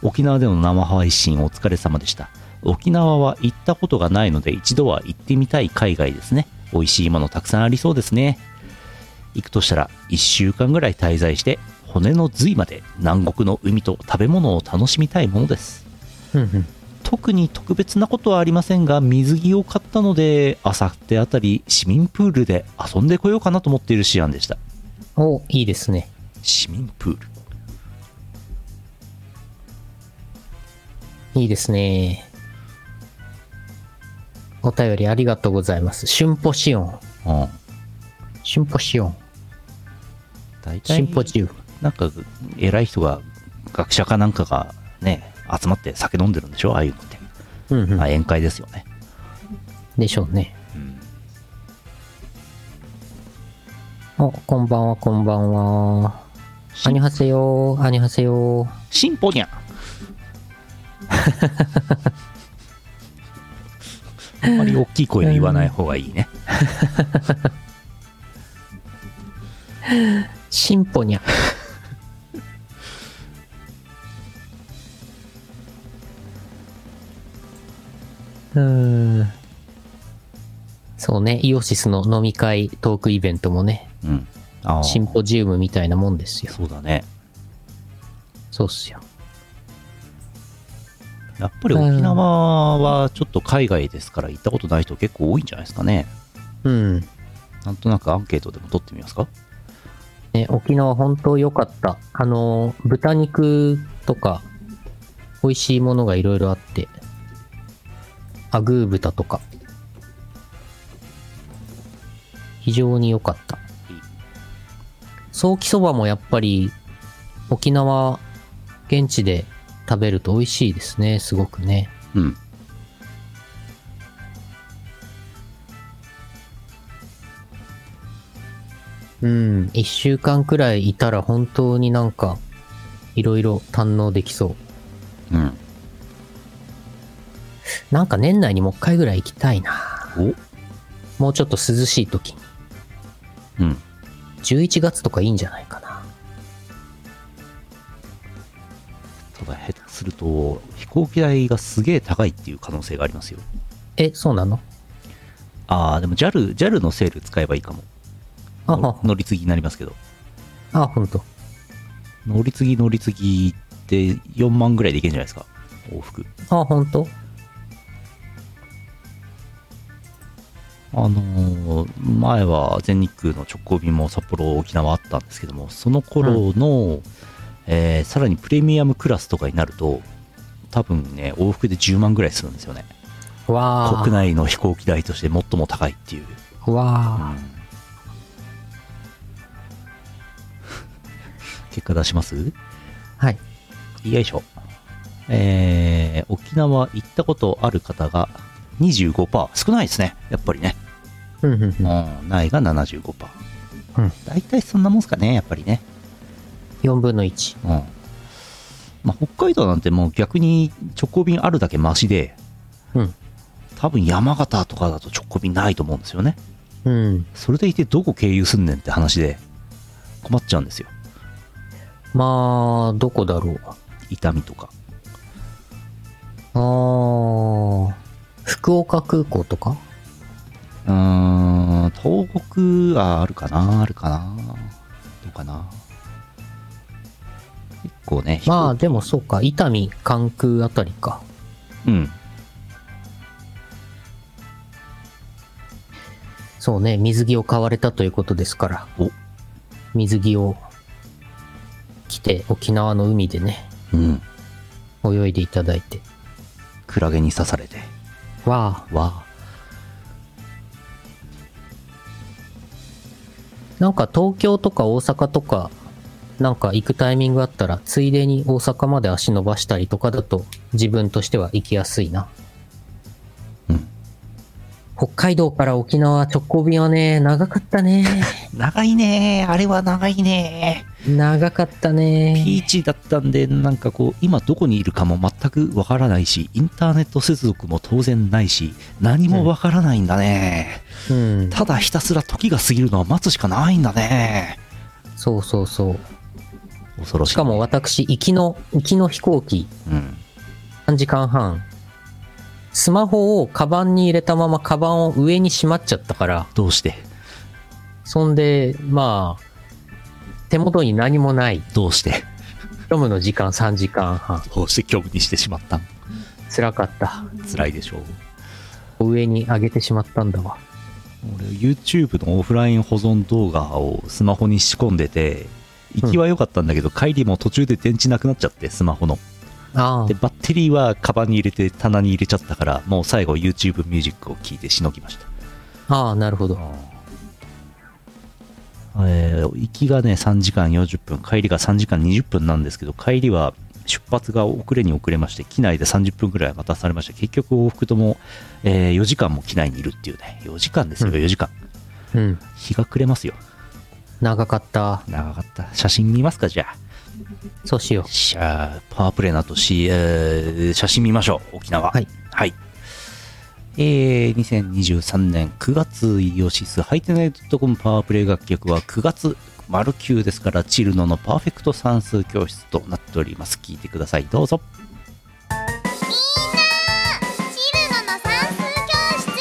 沖縄での生配信お疲れ様でした沖縄は行ったことがないので一度は行ってみたい海外ですね美味しいものたくさんありそうですね行くとしたら1週間ぐらい滞在して骨の髄まで南国の海と食べ物を楽しみたいものです
うんうん。
特に特別なことはありませんが水着を買ったのであさってあたり市民プールで遊んでこようかなと思っているシアンでした
お、いいですね。
市民プール
いいですね。お便りありがとうございます。シュンポシオン。
うん
シュンポシオン。
大体
シンポジウム。
なんか偉い人が学者かなんかがね集まって酒飲んでるんでしょああいうのって、
うんうん。
まあ、宴会ですよね、
でしょうね。
うん
お、こんばんは、こんばんは。
し
アニハセヨー、アニハセヨー。
シンポ ニャあんまり大きい声で言わない方がいいね、
シンポニャ。 うーん。そうね、イオシスの飲み会トークイベントもね、
うん、ああ
シンポジウムみたいなもんですよ。
そうだね
そうっすよ。
やっぱり沖縄はちょっと海外ですから行ったことない人結構多いんじゃないですかね
うん。
なんとなくアンケートでも取ってみますか
ね、沖縄本当良かった。あの、豚肉とか、美味しいものがいろいろあって、アグー豚とか、非常に良かった。ソーキそばもやっぱり、沖縄、現地で食べると美味しいですね、すごくね。
うん
うん、一週間くらいいたら本当になんか、いろいろ堪能できそう。
うん
なんか年内にもう一回ぐらい行きたいな。
お
もうちょっと涼しい時
う
に。
ん
11月とかいいんじゃないかな。
ただ下手すると飛行機代がすげえ高いっていう可能性がありますよ
え、そうなの
ああでも JAL, JAL のセール使えばいいかも
あは
乗り継ぎになりますけど
あ、ほんと。
乗り継ぎ乗り継ぎって4万ぐらいでいけるんじゃないですか往復
あ、ほんと。
あのー前は全日空の直行便も札幌沖縄あったんですけどもその頃の、えーさらにプレミアムクラスとかになると多分ね往復で10万ぐらいするんですよね
わあ。
国内の飛行機代として最も高いっていう、
わあ。
結果出します
はい。
よいしょえー、沖縄行ったことある方が25%少ないですねやっぱりね、
うんうんうん。
うん、ないが75%
うん
大体そんなもんすかねやっぱりね
4分の1。
うんまあ、北海道なんてもう逆に直行便あるだけマシで
うん。
多分山形とかだと直行便ないと思うんですよね
うん。
それでいてどこ経由すんねんって話で困っちゃうんですよ
まあ、どこだろう。
痛みとか
ああ。福岡空港とか
うーん東北ああるかなあるかなどうかな結構ね飛行
まあ、でもそうか。伊丹、関空あたりか。
うん
そうね。水着を買われたということですから。
お
水着を着て、沖縄の海でね、
うん
泳いでいただいて。
クラゲに刺されて
わあ。
わ
なんか東京とか大阪とか、なんか行くタイミングあったら、ついでに大阪まで足伸ばしたりとかだと、自分としては行きやすいな。
うん
北海道から沖縄直行便はね、長かったね。
長いねあれは長いね
長かっ た
ピ
ね
ー。チだったんで、なんかこう、今どこにいるかも全くわからないし、インターネット接続も当然ないし、何もわからないんだね。
うん。
ただひたすら時が過ぎるのを待つしかないんだね。
そうそうそう。
恐ろしい。
しかも、私、行きの、行きの飛行機、
うん。
3時間半。スマホをカバンに入れたままカバンを上にしまっちゃったから、
どうして、
そんで、まあ、手元に何もない。
どうして、
ロムの時間3時間半。
どうして虚無にしてしまったん
辛かった。
辛いでしょう。
上に上げてしまったんだわ。
俺、YouTube のオフライン保存動画をスマホに仕込んでて、行きは良かったんだけど、帰りも途中で電池なくなっちゃって、スマホの。
あ
でバッテリーはカバンに入れて棚に入れちゃったからもう最後 YouTube ミュージックを聴いてしのぎました
あ、ああ、なるほど。
えー行きがね3時間40分帰りが3時間20分なんですけど帰りは出発が遅れに遅れまして機内で30分ぐらい待たされまして結局往復とも、え4時間も機内にいるっていうね4時間ですよ
うん
4時間、
うん。
日が暮れますよ
長かった。
長かった写真見ますかじゃあ
そうしよ
しゃあパワープレイの後し、えー写真見ましょう沖縄
はい、
はいえー、2023年9月イオシスハイテナイトコムパワープレイ楽曲は9月丸9ですからチルノのパーフェクト算数教室となっております聞いてくださいどうぞ
チルノの算数教室始ま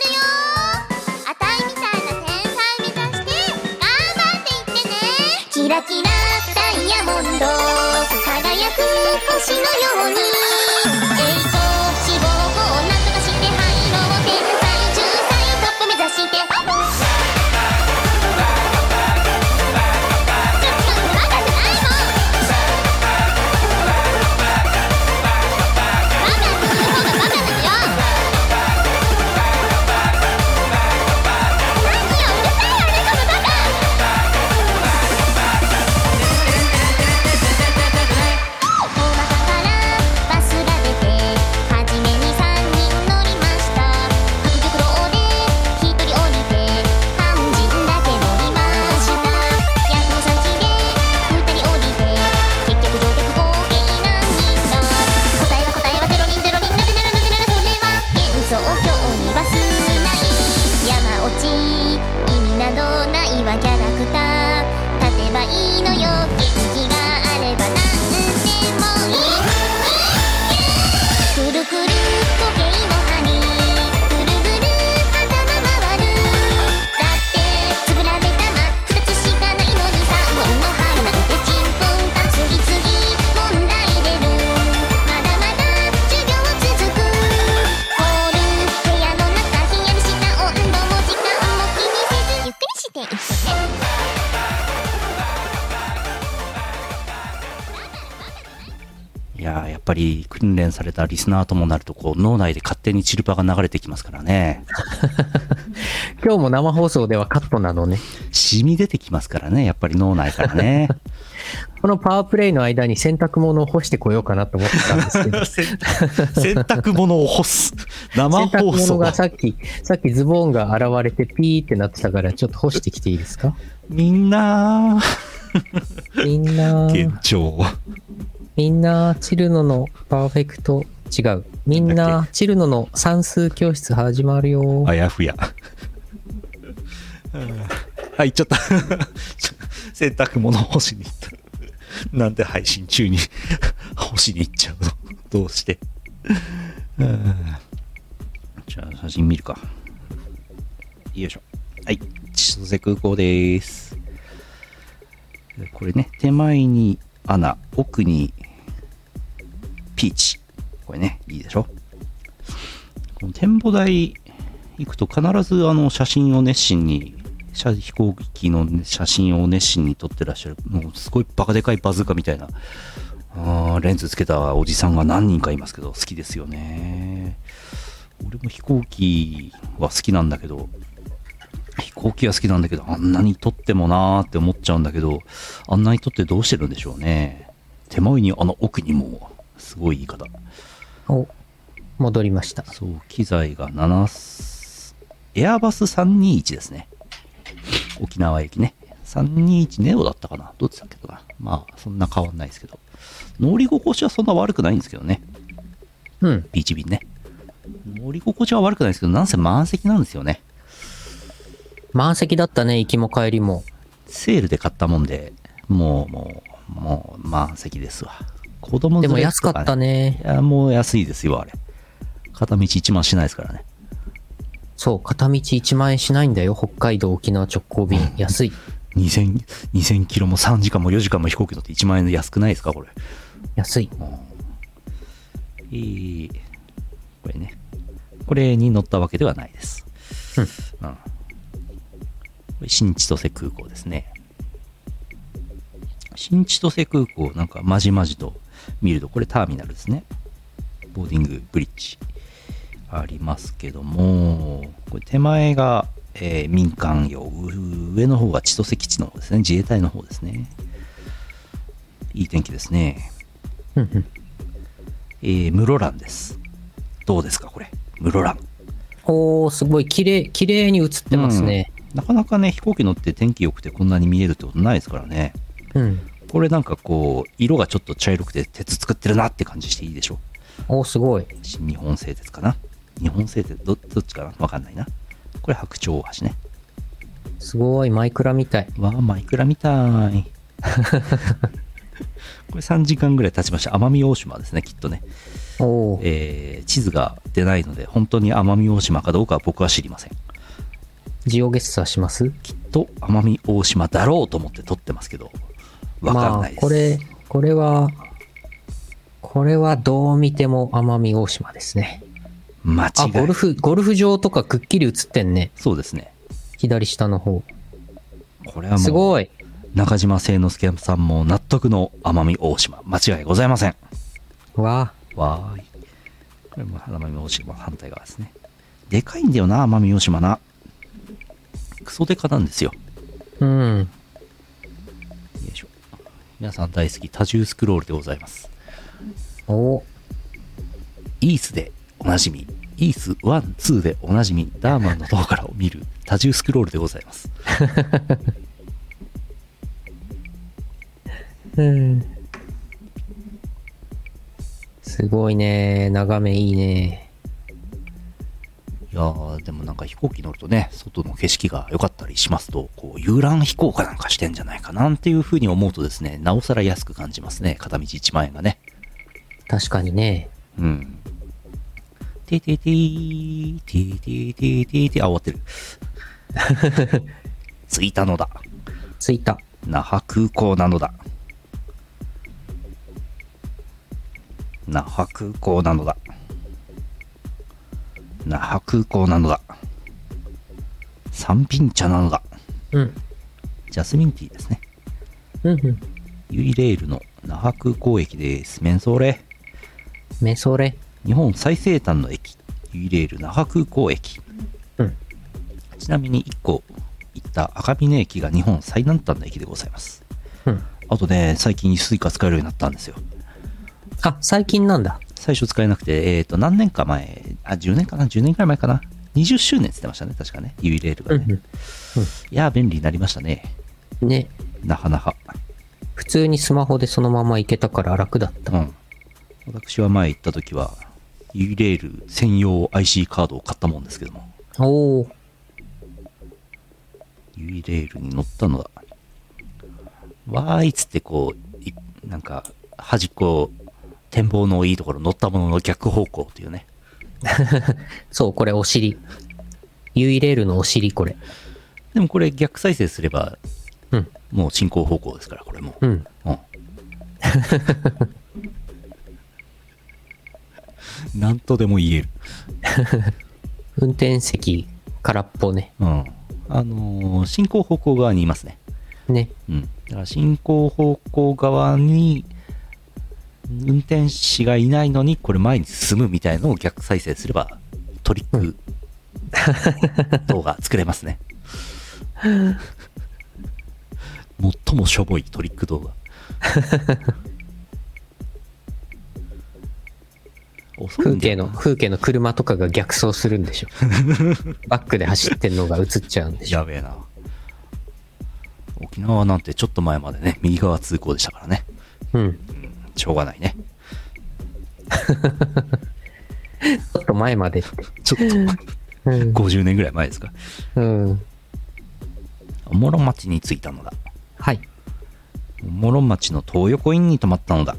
るよあたいみたいな天才目指して頑張っていってねキラキラダイヤモンド輝く星のように栄光志望をなんとかして灰色を天才中才トップ目指してちょっと長くないもんバカする方がバカなのよ何ようるさいわねこのバカお腹からバスが出てはじめに3人乗りました白玉楼で1人降りて
ぱり訓練されたリスナーともなると、こう、脳内で勝手にチルパが流れてきますからね。
今日も生放送ではカットなのね。
染み出てきますからね、やっぱり脳内からね。
このパワープレイの間に洗濯物を干してこようかなと思ってたんです けど。
洗濯物を干す。生
洗濯
放
物
送
がさっき、さっきズボンが現れてピーってなってたから、ちょっと干してきていいです か
みんな、
みんな、
現状。
みんな、チルノのパーフェクト、違う。みん
なんだっ
な、チルノの算数教室始まるよ。
あやふ や。あ、行っちゃった。ちょ 洗濯物干しに行った。なんで配信中に 干しに行っちゃうのどうして。うんじゃあ写真見るか。よいしょ。はい。千歳空港です。これね、手前にアナ、奥にピーチ。これね、いいでしょ。この展望台行くと必ずあの写真を熱心に写飛行機の写真を熱心に撮ってらっしゃるもうすごいバカでかいバズーカみたいなあーレンズつけたおじさんが何人かいますけど好きですよね俺も飛行機は好きなんだけど飛行機は好きなんだけどあんなに撮ってもなーって思っちゃうんだけどあんなに撮ってどうしてるんでしょうね手前にあの奥にもすごい言い方
お、戻りました。
そう、機材が7、エアバス321ですね。沖縄駅ね。321ネオだったかなどっちだっけかなまあ、そんな変わんないですけど。乗り心地はそんな悪くないんですけどね。
うん。
ビーチ便ね。乗り心地は悪くないですけど、なんせ満席なんですよね。
満席だったね、行きも帰りも。
セールで買ったもんで、もう、もう、もう満席ですわ。子供
で
連れとか、
も安かった。ね
い。や、もう安いですよ、あれ。片道1万しないですからね。
そう、片道1万円しないんだよ。北海道、沖縄直行便。安い。
2000, 2000キロも3時間も4時間も飛行機乗って1万円で安くないですかこれ。
安い。
いい。これね。これに乗ったわけではないです。
うん
これ新千歳空港ですね。新千歳空港、なんかまじまじと見ると、これターミナルですね。ボーディングブリッジありますけども、これ手前が、えー民間用、う上の方が千歳基地の方ですね。自衛隊の方ですね。いい天気ですね。
うんうん。
えー、室蘭です。どうですか、これ。室蘭。
おー、すごい、綺麗、綺麗に映ってますね。
なかなかね、飛行機乗って天気良くてこんなに見えるってことないですからね。
うん。
これなんかこう、色がちょっと茶色くて鉄作ってるなって感じしていいでしょ
おー、すごい。
う。新日本製鉄かな。日本製鉄、どどっちかなわかんないな。これ白鳥大橋ね。
すごい、マイクラみたい。
わあ、マイクラみたい。 これ3時間ぐらい経ちました。奄美大島ですね、きっとね。
おー、
えー地図が出ないので、本当に奄美大島かどうかは僕は知りません。
ジオゲッサーします
きっと奄美大島だろうと思って撮ってますけど、わからないです。
まあ、これ、これは、これはどう見ても奄美大島ですね。
間違
あ、
い
ゴルフ、ゴルフ場とかくっきり映ってんね。
そうですね。
左下の方。
これは
す
もう、
ごい。
中島聖之助さんも納得の奄美大島。間違いございません。
わ
わーい。これも奄美大島の反対側ですね。でかいんだよな、奄美大島な。クソデカなんですよ。よ
あ。うん。
いしょ。皆さん大好き、多重スクロールでございます。
おー
イースでおなじみ、イースワンツーでおなじみ、ダーマンの塔からを見る多重スクロールでございます。
うん。すごいね。眺めいいね。
いやーでもなんか飛行機乗るとね、外の景色が良かったりしますと、こう遊覧飛行かなんかしてんじゃないかなんていうふうに思うとですね、なおさら安く感じますね、片道1万円がね。
確かにね。
うん。てててー、てーてーてーてーてー、あ、終わってる。着いたのだ。
着いた。
那覇空港なのだ。那覇空港なのだ。那覇空港なのだ。三品茶なのだ。
うん。
ジャスミンティーですね。
うんうん。
ユイレールの那覇空港駅です。メンソーレ。
メソレ。
日本最西端の駅、ユイレール那覇空港駅。
うん
ちなみに1個行った赤峰駅が日本最南端の駅でございます。
うん。
あとね、最近スイカ使えるようになったんですよ。
あ、最近なんだ。
最初使えなくて、えっ、と、何年か前、あ、10年かな ?10 年くらい前かな ?20 周年って言ってましたね、確かね。ユイレールがね。いやー、便利になりましたね。
ね、
なはなは。
普通にスマホでそのまま行けたから楽だった。
うん。私は前行った時は、ユイレール専用 IC カードを買ったもんですけども、
おー、
ユイレールに乗ったのだ。わーいっつってこう、いなんか、端っこ、展望のいいところ乗ったものの逆方向っていうね。
そう、これお尻。ユイレールのお尻、これ。
でもこれ逆再生すれば、
うん、
もう進行方向ですから、これもう。
うん。
うん。なんとでも言える。
運転席、空っぽね。
うん。あのー進行方向側にいますね。
ね。
うん。だから進行方向側に、運転士がいないのに、これ前に進むみたいのを逆再生すれば、トリック動画作れますね。最もしょぼいトリック動画。遅い
風
んだ
景
よな
の、風景の車とかが逆走するんで しょ。バックで走ってんのが映っちゃうんでしょ。
やべえな。沖縄なんてちょっと前までね、右側通行でしたからね。
うん。
しょうがないね。
ちょっと前まで。
ちょっと。
うん。
50年ぐらい前ですか
うん。
諸町に着いたのだ
はい。
諸町の東横インに泊まったのだ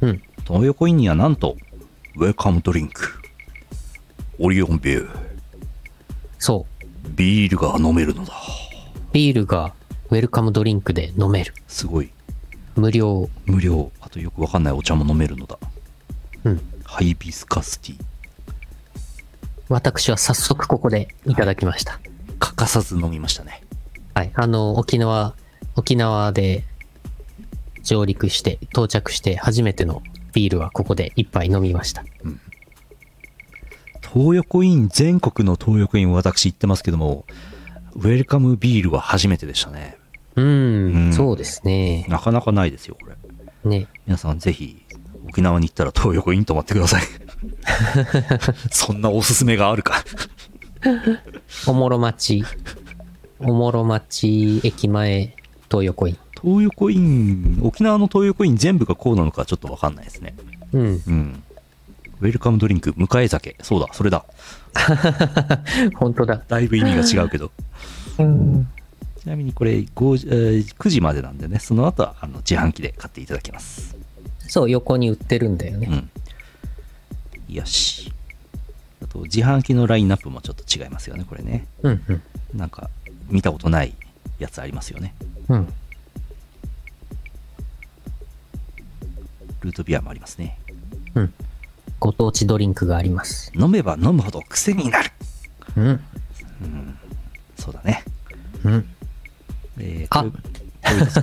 うん。
東横インにはなんとウェルカムドリンクオリオンビュー
そ
ビールが飲めるのだ
う。ビールがウェルカムドリンクで飲める。
すごい
無料。
無料あとよくわかんないお茶も飲めるのだ
うん。
ハイビスカスティー
私は早速ここでいただきました。
欠かさず飲みましたね
はい。あの、沖縄、沖縄で上陸して、到着して初めてのビールはここで一杯飲みました。
東横イン全国の東横イン私行ってますけどもウェルカムビールは初めてでしたね
うー
うん
ん、そうですね。
なかなかないですよこれ
ね。
皆さんぜひ沖縄に行ったら東横イン泊まってくだ さいそんなおすすめがあるか
おもろ町、おもろ町駅前、東横イ
東横イン沖縄の東横イン全部がこうなのかちょっとわかんないですね
ン。うん。
うんウェルカムドリンク迎え酒そうだそれだ
本当だ。
だいぶ意味が違うけど
うん。
ちなみにこれ5、えー9時までなんでねその後はあの自販機で買っていただきます
そう、横に売ってるんだよ
う
ね。
んよしあと自販機のラインナップもちょっと違いますよねこれね
うん、うん。
なんか見たことないやつありますよね
うん。
ルートビアもありますね
うん。ご当地ドリンクがあります。
飲めば飲むほど癖になる
うん。
そうだね、
うん。
えー
あ
これボイさん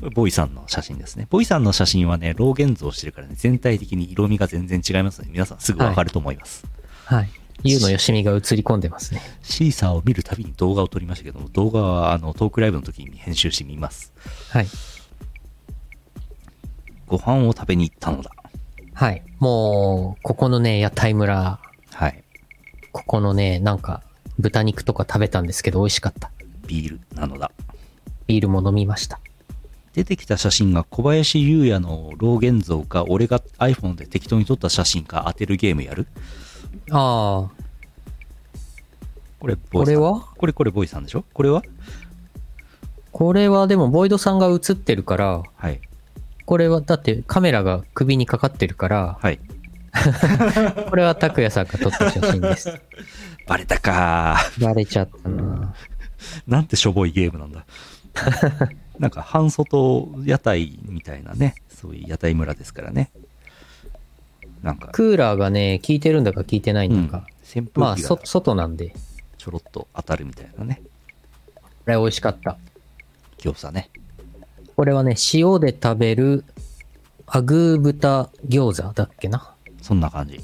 これ ボイさんの写真ですねボイさんの写真はね老現像してるからね全体的に色味が全然違いますので皆さんすぐわかると思います、
はい。ゆうのよしみが映り込んでますね。
シーサーを見るたびに動画を撮りましたけども動画はあのトークライブの時に編集してみます
はい。
ご飯を食べに行ったのだ
はい。もう、ここのね、屋台村、
はい
ここのね、なんか、豚肉とか食べたんですけど、美味しかった。
ビールなのだ
ビールも飲みました。
出てきた写真が小林優也の老現像か俺が iPhone で適当に撮った写真か当てるゲームやる
ああ、
これボ
こ
イさん
れは
これこれボイさんでしょこれは
これはでも、ボイドさんが映ってるから、
はい
これは、だってカメラが首にかかってるから、
はい
これは拓也さんが撮った写真 です。
バレたか
バレちゃったな
ーなんてしょぼいゲームなん だなんか半外屋台みたいなねそういう屋台村ですからねなんか、
クーラーがね、効いてるんだか効いてない
うんん、
だか。
扇
ま
風
あ、
機が
そ、外なんで。
ちょろっと当たるみたいなね
これ美味しかった。
餃子ね
これはね、塩で食べる、アグー豚餃子だっけな。
そんな感じ。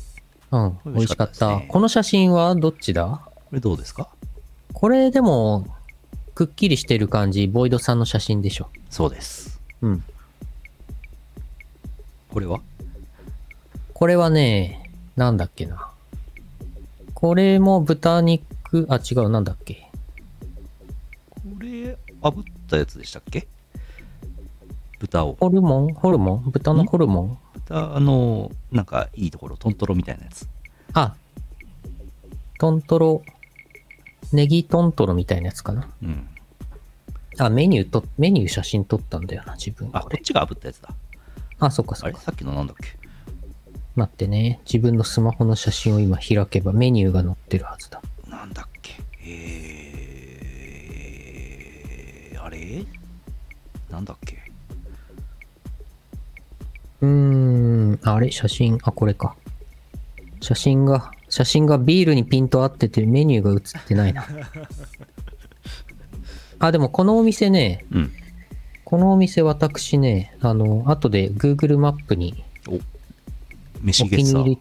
こ
うん、
美
美
味
味
し
し
か
か
っ
ったた。
ですね
この写真はどっちだ
れどうですか
これでも、くっきりしてる感じ、ボイドさんの写真でしょ。
そうです。
うん。
これは
これはね、なんだっけな。これも豚肉、あ、違う、なんだっけ。
これ、炙ったやつでしたっけ豚を。
ホルモンホルモン豚のホルモン
豚、あの、なんかいいところ、トントロみたいなやつ。
あ、トントロ、ネギトントロみたいなやつかな。
うん。
あ、メニューと、メニュー写真撮ったんだよな、自分
あ、
こ
こ
れ
っ。ちが炙ったやつだ。
あ、そっかそ
あ
っ
れ
か。
さっきのなんだっけ
待ってね。自分のスマホの写真を今開けばメニューが載ってるはずだ。
なんだっけえー、あれなんだっけ
うーん、あれ写真、あ、これか。写真が、写真がビールにピント合っててメニューが映って ないな。あ、でもこのお店ね、
うん。
このお店私ね、あの、後で Google マップに
お
お
飯
気
ゲ
に
ッサ
入り
ー。、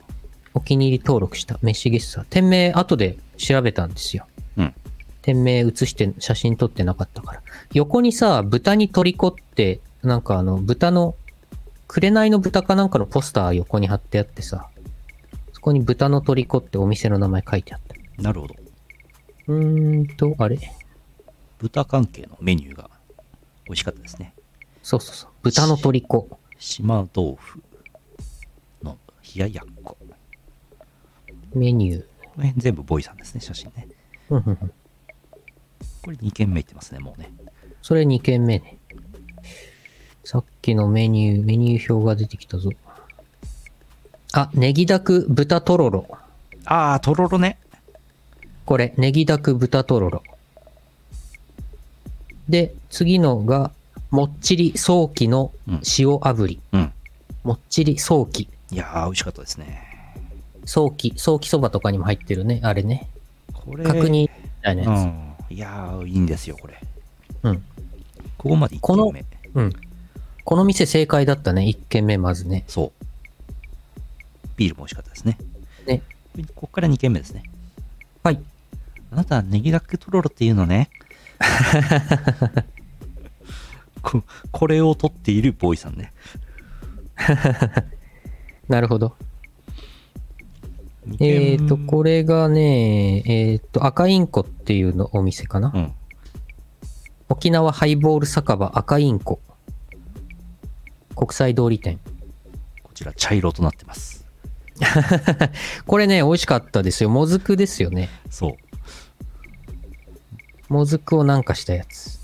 お気に入り登録した、メッシゲッサー。店名後で調べたんですよ。
うん。
店名写して、写真撮ってなかったから。横にさ、豚に虜って、なんかあの、豚の、紅の豚かなんかのポスター横に貼ってあってさ、そこに豚の虜ってお店の名前書いてあった。
なるほど。
うーんと、あれ
豚関係のメニューが美味しかったですね。
そうそうそう。豚の虜。
島豆腐の冷ややっこ。こ
メニュー。
の辺全部ボイさんですね、写真ね。
うんうんう
こ
ん。
れ2軒目行ってますね、もうね。
それ2軒目ね。さっきのメニュー、メニュー表が出てきたぞ。あ、ネギだく豚とろろ。
あー、とろろね。
これ、ネギだく豚とろろ。で、次のが、もっちり早期の塩炙り。
うん。
もっちり早期。
いやー、美味しかったですね。
早期、早期そばとかにも入ってるね、あれね。
これ、
角煮みたいな
う
や
ん。いやー、いいんですよ、これ。
つ。うん。
ここまで1軒目。
うん。この店正解だったね、1軒目まずね。
そう。ビールも美味しかったですね。
ね。
ここから2軒目ですね。
はい。
あなたはネギだけとろろっていうの ね。ここれを取っているボーイさんね。
なるほど。
二軒目
えーと、これがね、えーと、赤インコっていうのお店かな。
うん。
沖縄ハイボール酒場赤インコ。国際通り店。
こちら茶色となってます。
これね、美味しかったですよ。もずくですよね。
そう。
もずくをなんかしたやつ。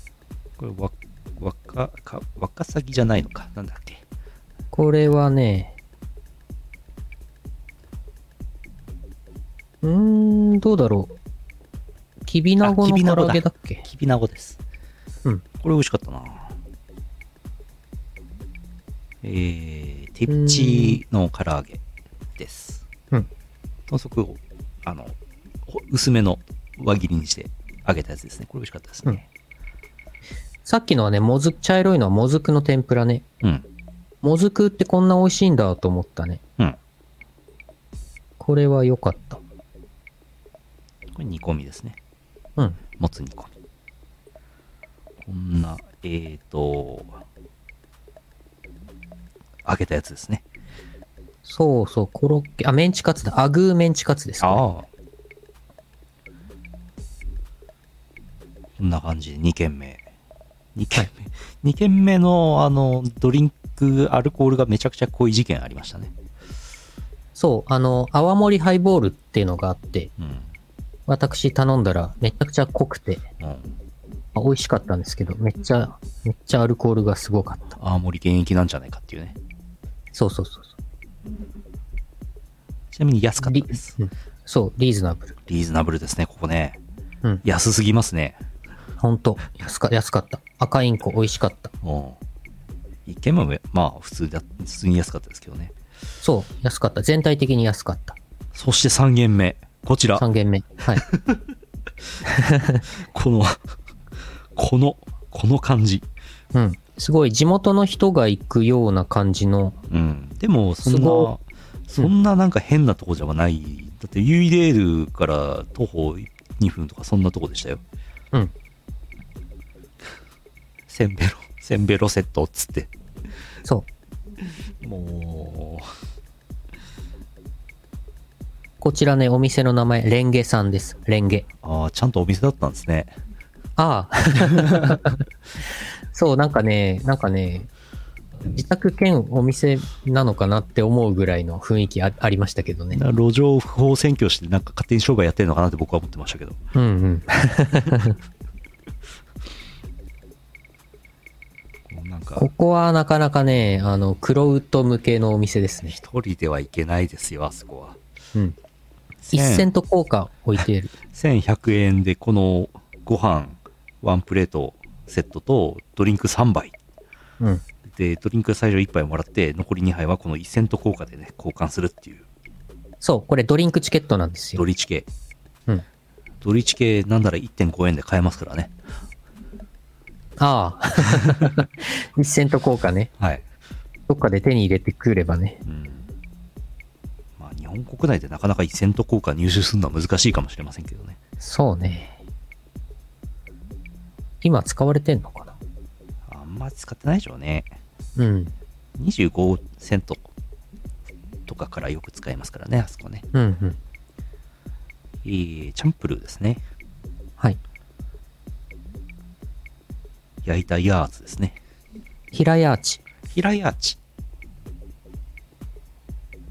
これわ、わか、か、わかさぎじゃないのか。なんだっけ。
これはね、うーん、どうだろう。きびなご
あき
の
びな
唐
ごだ
揚げだっけ
きびなごです。
うん
これ美味しかったな。えー、テッチの唐揚げです。
うん。
豚足を、あの、ほ薄めの輪切りにして揚げたやつですね。これ美味しかったですね。
さっきのはね、もずく、茶色いのはもずくの天ぷらね。
うん。
もずくってこんな美味しいんだと思ったね。
うん。
これは良かった。
これ煮込みですね。
うん。
もつ煮込み。こんな、えーと、揚げたやつですね。
そうそう、コロッケ。あ、メンチカツだ。アグーメンチカツですか、ね。
ああ。こんな感じで2軒目。2軒目。 二軒目の、あの、ドリンク、アルコールがめちゃくちゃ濃い事件ありましたね。
そう、あの、泡盛ハイボールっていうのがあって、
うん。
私頼んだらめちゃくちゃ濃くて、
うん。
まあ美味しかったんですけど、めっちゃ、めっちゃアルコールがすごかった。
青森現役なんじゃないかっていうね。
そうそうそうそう。
ちなみに安かったです。
リうんそう、リーズナブル。
リーズナブルですね、ここね。
うん。
安すぎますね。
ほんと、安か、安かった。赤インコ美味しかった。
うん。一軒目も、まあ、普通だ、普通に安かったですけどね。
そう、安かった。全体的に安かった。
そして3軒目。こちら。
3軒目。 はい。
この、この、この感じ。
うん。すごい地元の人が行くような感じの、
うん、でもそん
すご
なそんななんか変なとこじゃない、だってユイレールから徒歩2分とかそんなとこでしたよ
うん
せ んべろせんべろセットっつって
そう、
も
こちらね、お店の名前、レンゲさんです。レンゲ
う。ああちゃんとお店だったんですね
ああ。 そう、なんかね、なんかね、自宅兼お店なのかなって思うぐらいの雰囲気あありましたけどね。
な路上不法占拠してなんか勝手に商売やってるのかなって僕は思ってましたけど
うんうん。
なんか
ここはなかなかね、あの、黒ウッド向けのお店ですね。
一人ではいけないですよあそこは
うん。一銭と効果置いている。
1100円でこのご飯ワンプレートセットとドリンク3杯
うん。
でドリンク最初1杯もらって残り2杯はこの1セント効果でね交換するっていう
そう、これドリンクチケットなんです
ド
よ。
リチケ
うん。
ドリチケなんなら1.5円で買えますからね
あ あ。一銭と効果ね。
はい、
どっかで手に入れてくればね。
うんまあ、日本国内でなかなか1セント効果入手するのは難しいかもしれませんけどね
そうね。今使われてんのかな
あんまり使ってないでしょうね
うん。
25セントとかからよく使えますからねあそこね
うんうん。
えーチャンプルーですね
はい。
焼いたヤーツですね
平屋アーチ。
平ヤーチ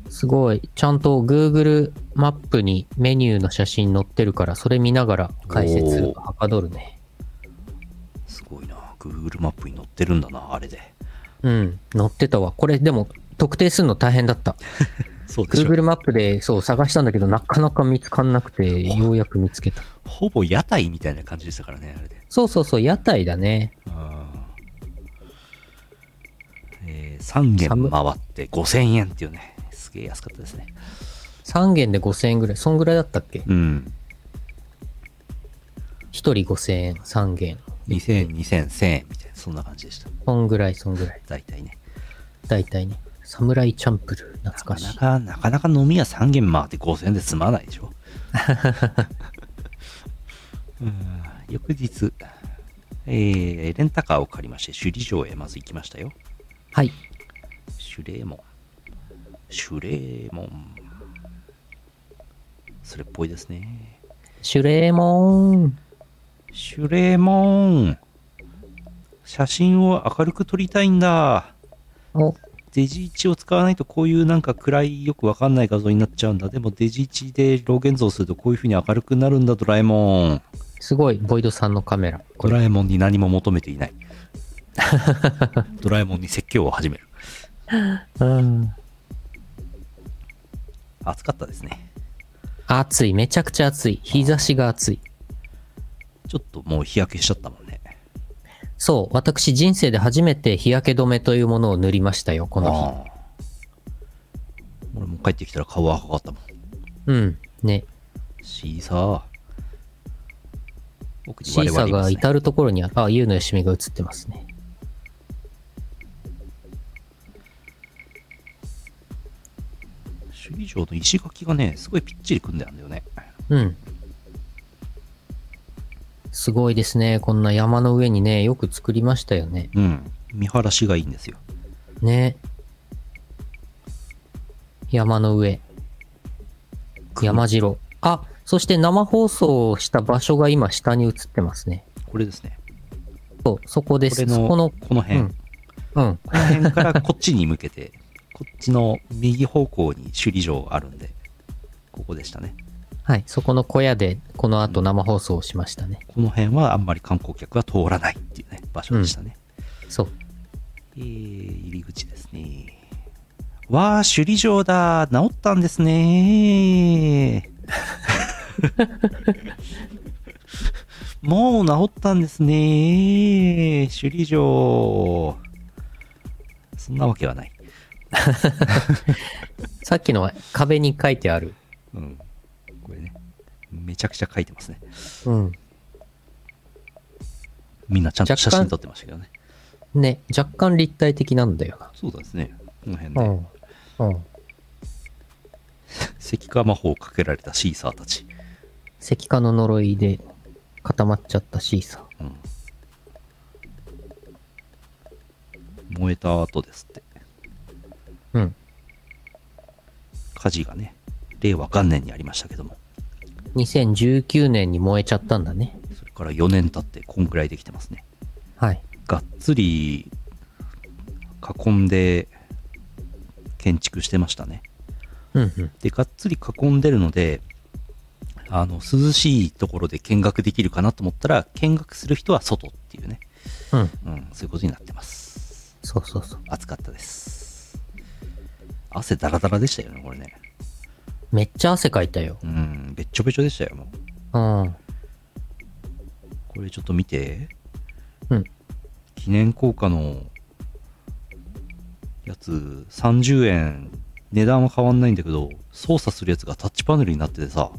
すごい。ちゃんと Google マップにメニューの写真載ってるから、それ見ながら解説
おー
はかどるね。
すごいな Google マップに載ってるんだなあれで
うん。載ってたわ。これでも特定するの大変だった。
そうでしょ
Google マップでそう探したんだけど、なかなか見つかんなくて、ようやく見つけた。
ほぼ屋台みたいな感じでしたからねあれで
そうそうそう、屋台だね。
えー、3軒
寒い
回って5000円っていうねすげえ安かったですね
3軒で5000円ぐらい。そんぐらいだったっけ ?1
うん
人5000円、3軒。
2000 2000 1000円みたいなそんな感じでした
そんぐらい、そんぐらい。
大体ね
大体ね。サムライチャンプルー、
な
懐か
か
し。
ないかなかなか飲み屋3軒回って5000円で済まないでしょうん翌日、えーレンタカーを借りまして首里城へまず行きましたよ
はい。
シュレーモン。シュレーモン。それっぽいですね。
シュレーモン。
シュレーモン。写真を明るく撮りたいんだ。
お、
デジ1を使わないとこういうなんか暗いよくわかんない画像になっちゃうんだ。でもデジ1でロー現像するとこういう風に明るくなるんだ、ドラえもん。
すごい、ボイドさんのカメラ。
ドラえもんに何も求めてい ない。ドラえもんに説教を始める。
うん。
暑かったですね。
暑い、めちゃくちゃ暑い。日差しが暑い。
ちょっともう日焼けしちゃったもんね。
そう、私人生で初めて日焼け止めというものを塗りましたよ、この
ああ俺も帰ってきたら顔赤かったもん
日。うん。ね。
シーサー奥に
シー
我々
サー
いま
が
すね
至るところにあ、あ、ユウのよしみが映ってますね。
首里城の石垣がねすごいぴっちり組んであるんだよね
うん。すごいですね。こんな山の上にね、よく作りましたよね。
うん見晴らしがいいんですよ
ね。山の上。山城。あ、そして生放送をした場所が今下に映ってますね。
これですね
そう、そこで
こ
す。
れの
そこ
この
の、
辺、
うん
こ
うん。
の辺からこっちに向けてこっちの右方向に首里城があるんでここでしたね
はい、そこの小屋で、この後生放送をしましたね。
この辺はあんまり観光客が通らないっていうね場所でしたね、
そう。
えー入り口ですね。わあ、首里城だ。治ったんですね。 もう治ったんですね。首里城。そんなわけはない。
さっきのは壁に書いてある。
うん。これね。めちゃくちゃ書いてますね。
うん。
みんなちゃんと
若
写
干
真撮ってましたけどね。
ね、若干立体的なんだよ
そうですね。この辺
な。う
で、
ん。うん。
石化魔法をかけられたシーサーたち。
石化の呪いで固まっちゃったシーサー。
うん燃えた後ですって。
うん。
火事がね、令和元年にありましたけども、
2019年に燃えちゃったんだね。
それから4年経って、こんくらいできてますね。
はい。
がっつり囲んで建築してましたね。
うんうん。
で、がっつり囲んでるので、あの、涼しいところで見学できるかなと思ったら、見学する人は外っていうね、
うん。
うん、そういうことになってます。
そうそうそう。
暑かったです。汗だらだらでしたよね、これね。
めっちゃ汗かいたよ。
うん、べっちょべちょでしたよ、もう。
うん。
これちょっと見て。
うん。
記念硬貨のやつ、30円、値段は変わんないんだけど、操作するやつがタッチパネルになっててさ、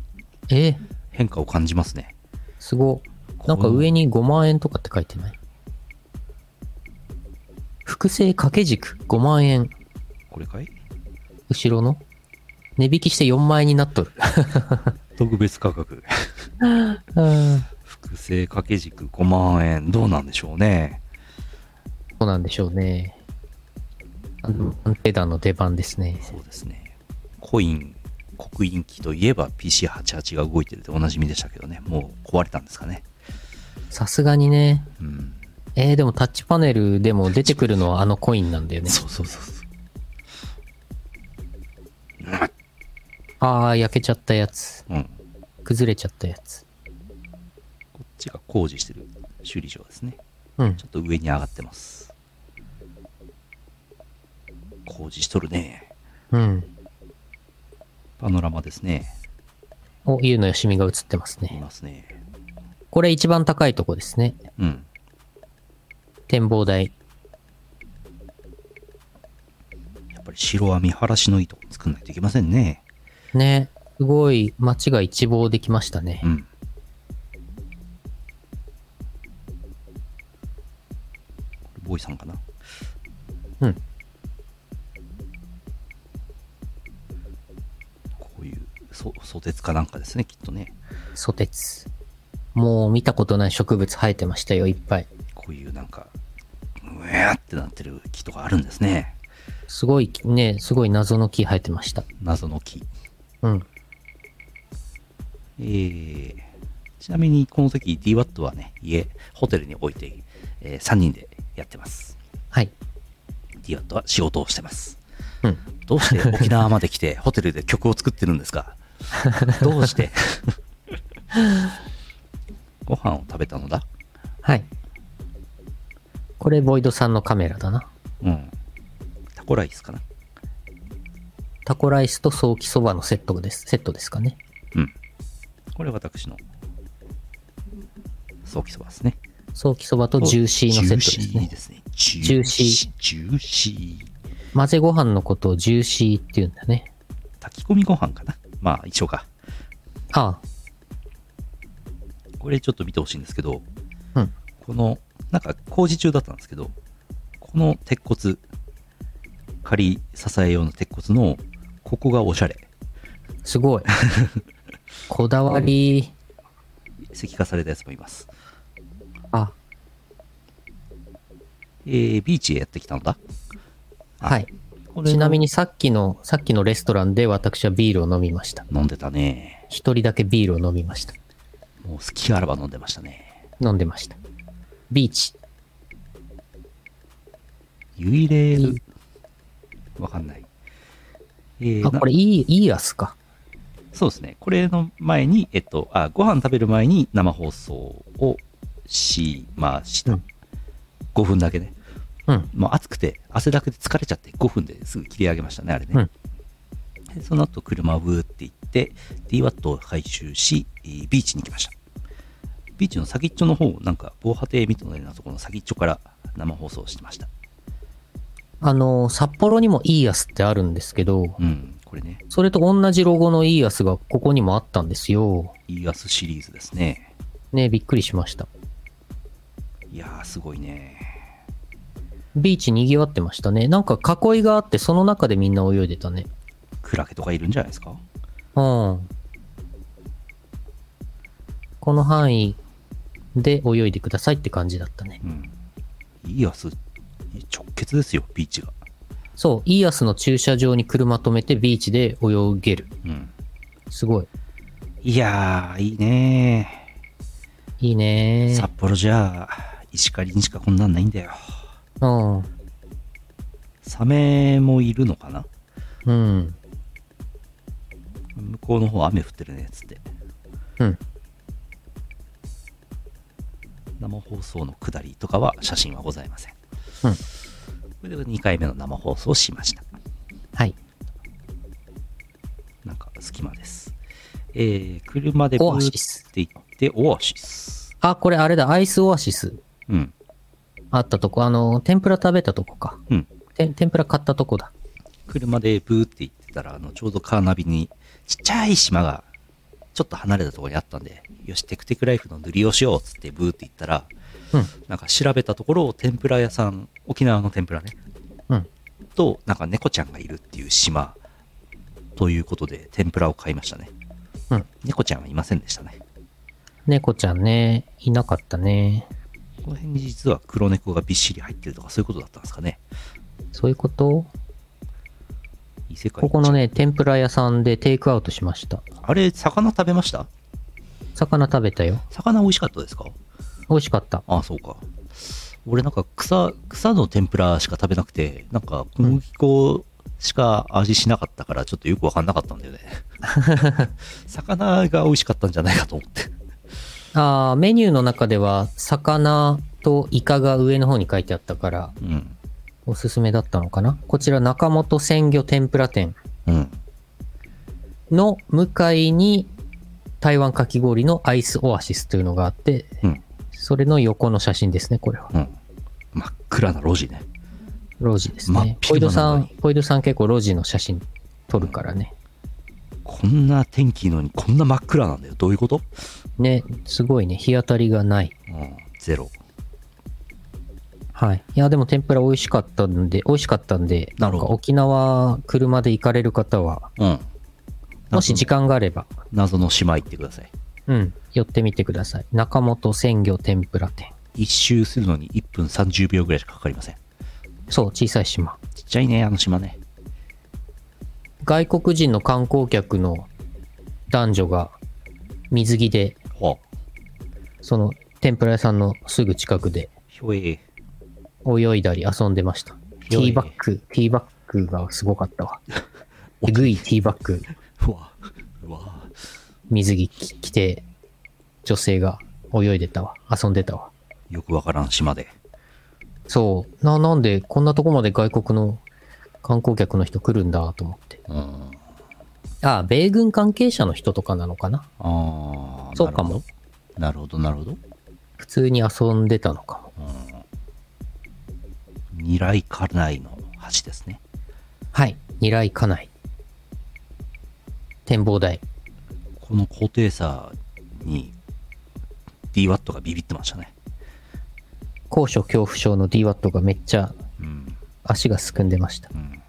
え、
変化を感じますね。
すご。なんか上に5万円とかって書いてない複製掛け軸5万円。
これかい
後ろの値引きして4万円になっとる。
特別価格。
うん。
複製掛け軸5万円。どうなんでしょうね。
そうなんでしょうね。あの安定弾の出番ですね。
そうですね。コイン、刻印機といえば PC88 が動いてるでおなじみでしたけどね。もう壊れたんですかね。
さすがにね。
うん。
えー、でもタッチパネルでも出てくるのはあのコインなんだよね。
そうそうそうそう。
あー、焼けちゃったやつ。
うん。
崩れちゃったやつ。
こっちが工事してる修理場ですね。
うん
ち。ょっと上に上がってます。工事しとるね。
うん。
パノラマですね。
お、ゆうのよしみが映ってます
見
ね。
ますね。
これ一番高いとこですね。
うん。
展望台。
やっぱり城は見晴らしのいいとこ作んないといけませんね。
ね。すごい街が一望できましたね
う。ん。これボーイさんかな
うん。
こういう、そ、ソテツかなんかですね、きっとね。
ソテツ。もう見たことない植物生えてましたよ、いっぱい。
こういうなんか、うえーってなってる木とかあるんですね。
すごいね、すごい謎の木生えてました。
謎の木。
うん。
えーちなみにこの時 DWAT はね、家、ホテルに置いて、え3人でやってます。
はい。
DWAT は仕事をしてます。
うん。
どうして沖縄まで来てホテルで曲を作ってるんですかどうしてご飯を食べたのだ
はい。これ、ボイドさんのカメラだな。
うん。タコライスかな
タコライスとソーキそばのセットです。セットですかね。
うん。これ私の、ソーキそばですね。
ソーキそばとジューシーのセットですね。
ですね。ジ
ューシ
ー。ジューシー。
混ぜご飯のことをジューシーって言うんだね。
炊き込みご飯かなまあ一緒か。
あ
これちょっと見てほしいんですけど、
あ、うん。
この、なんか工事中だったんですけど、この鉄骨、仮支え用の鉄骨の、ここがおしゃれ。
す ごい。こだわり。
石化されたやつもいます。
あ、
えー、ビーチへやってきたのだ。
はい。
これ
ちなみにさっきの、さっきのレストランで私はビールを飲みました。
飲んでたね。
一人だけビールを飲みました。
もう好きあらば飲んでましたね。
飲んでました。ビーチ。
ユイレー
い
ル、わかんない。えー
あ、
な
これいい、いいアスか。
そうですね。これの前に、えっと、あ、ご飯食べる前に生放送をしました。
うん
5分だけね。
うん。
もう暑くて、汗だくで疲れちゃって5分ですぐ切り上げましたね、あれね。でその後、車をブーって行って、DWAT を回収し、えービーチに行きました。ビーチの先っちょの方、なんか防波堤みたいなところの先っちょから生放送してました。
あの、札幌にもいいアスってあるんですけど、
うん、これね、
それと同じロゴのいいアスがここにもあったんですよ。
イーアスシリーズですね。
ね、びっくりしました。
いやー、すごいね。
ビーチ賑わってましたね。なんか囲いがあって、その中でみんな泳いでたね。
クラゲとかいるんじゃないですか
うん。この範囲で泳いでくださいって感じだったね。
うん。イアス直結ですよ、ビーチが。
そう、イアスの駐車場に車止めてビーチで泳げる。
うん。
すごい。
いやー、いいね
いい
ー。
ね
札幌じゃあ、石狩にしかこんなんないんだよ。
ー。
サメもいるのかな
うん。うん。
向こうの方雨降ってるね、つって。
うん。
生放送の下りとかは写真はございません。
うん
これで2回目の生放送をしました。
はい。
なんか隙間です。えー、車でブ
オア
ー
シス
って行って、オアシス。
あ、これあれだ、アイスオアシス。
うん。
あったとこ、あの、天ぷら食べたとこか。
うん。
て天ぷら買ったとこだ。
車でブーって行ってたら、あの、ちょうどカーナビにちっちゃい島が、ちょっと離れたところにあったんで、よし、テクテクライフの塗りをしようっつってブーって行ったら、
うん
なんか調べたところ、天ぷら屋さん、沖縄の天ぷらね、
うん。
と、なんか猫ちゃんがいるっていう島、ということで、天ぷらを買いましたね。
うん。
猫ちゃんはいませんでしたね。
猫ちゃんね、いなかったね。
この辺に実は黒猫がびっしり入ってるとか、そういうことだったんですかね。
そういうこと
異世界
ここのね、天ぷら屋さんでテイクアウトしました。
あれ、魚食べました
魚食べたよ。
魚美味しかったですか
美味しかった。
ああ、そうか。俺なんか草、草の天ぷらしか食べなくて、なんか小麦粉しか味しなかったから、ちょっとよくわかんなかったん だよね。魚が美味しかったんじゃないかと思って。
あーメニューの中では、魚とイカが上の方に書いてあったから、
うん。
おすすめだったのかな。こちら、中本鮮魚天ぷら店
うん。
の向かいに、台湾かき氷のアイスオアシスというのがあって、
うん。
それの横の写真ですね、これは。
うん。真っ暗な路地ね。
ロジです
真っ
ね。ポイ
昼
ド
間な
さ
のに
ん、ポイドさん結構ロジの写真撮るからね。
こんな天気いいのにこんな真っ暗なんだよ。どういうこと
ね、すごいね、日当たりがない。
うん。ゼロ。
はい。いや、でも天ぷら美味しかったんで、美味しかったんで、
な
な
る
ん
ほ
か
ど
沖縄、車で行かれる方は、
うん。
もし時間があれば、
謎の島行ってください。
うん、寄ってみてください。中本鮮魚天ぷら店。
一周するのに1分30秒ぐらいしかかかりません。
そう、小さい島。
ちっちゃいね、あの島ね。
外国人の観光客の男女が水着で、
ほう。
その天ぷら屋さんのすぐ近くで
ひょえ。
泳いだり遊んでました。テ
良い
ィーバック、ティーバックがすごかったわ。えぐいティーバック、
うわ。うわ。
水着着着て、女性が泳いでたわ。遊んでたわ。
よくわからん島で。
そう。な、なんで、こんなとこまで外国の観光客の人来るんだと思って。
うん。
ああ、米軍関係者の人とかなのかな
ああ。
そうかも。
なるほど、なるほど。なる
普通に遊んでたのかも。
ほど二来家内の橋ですね。
はい。二来家内。展望台。
この高低差に DWAT がビビってましたね。
高所恐怖症の DWAT がめっちゃ
うん。
足がすくんでました。
うん。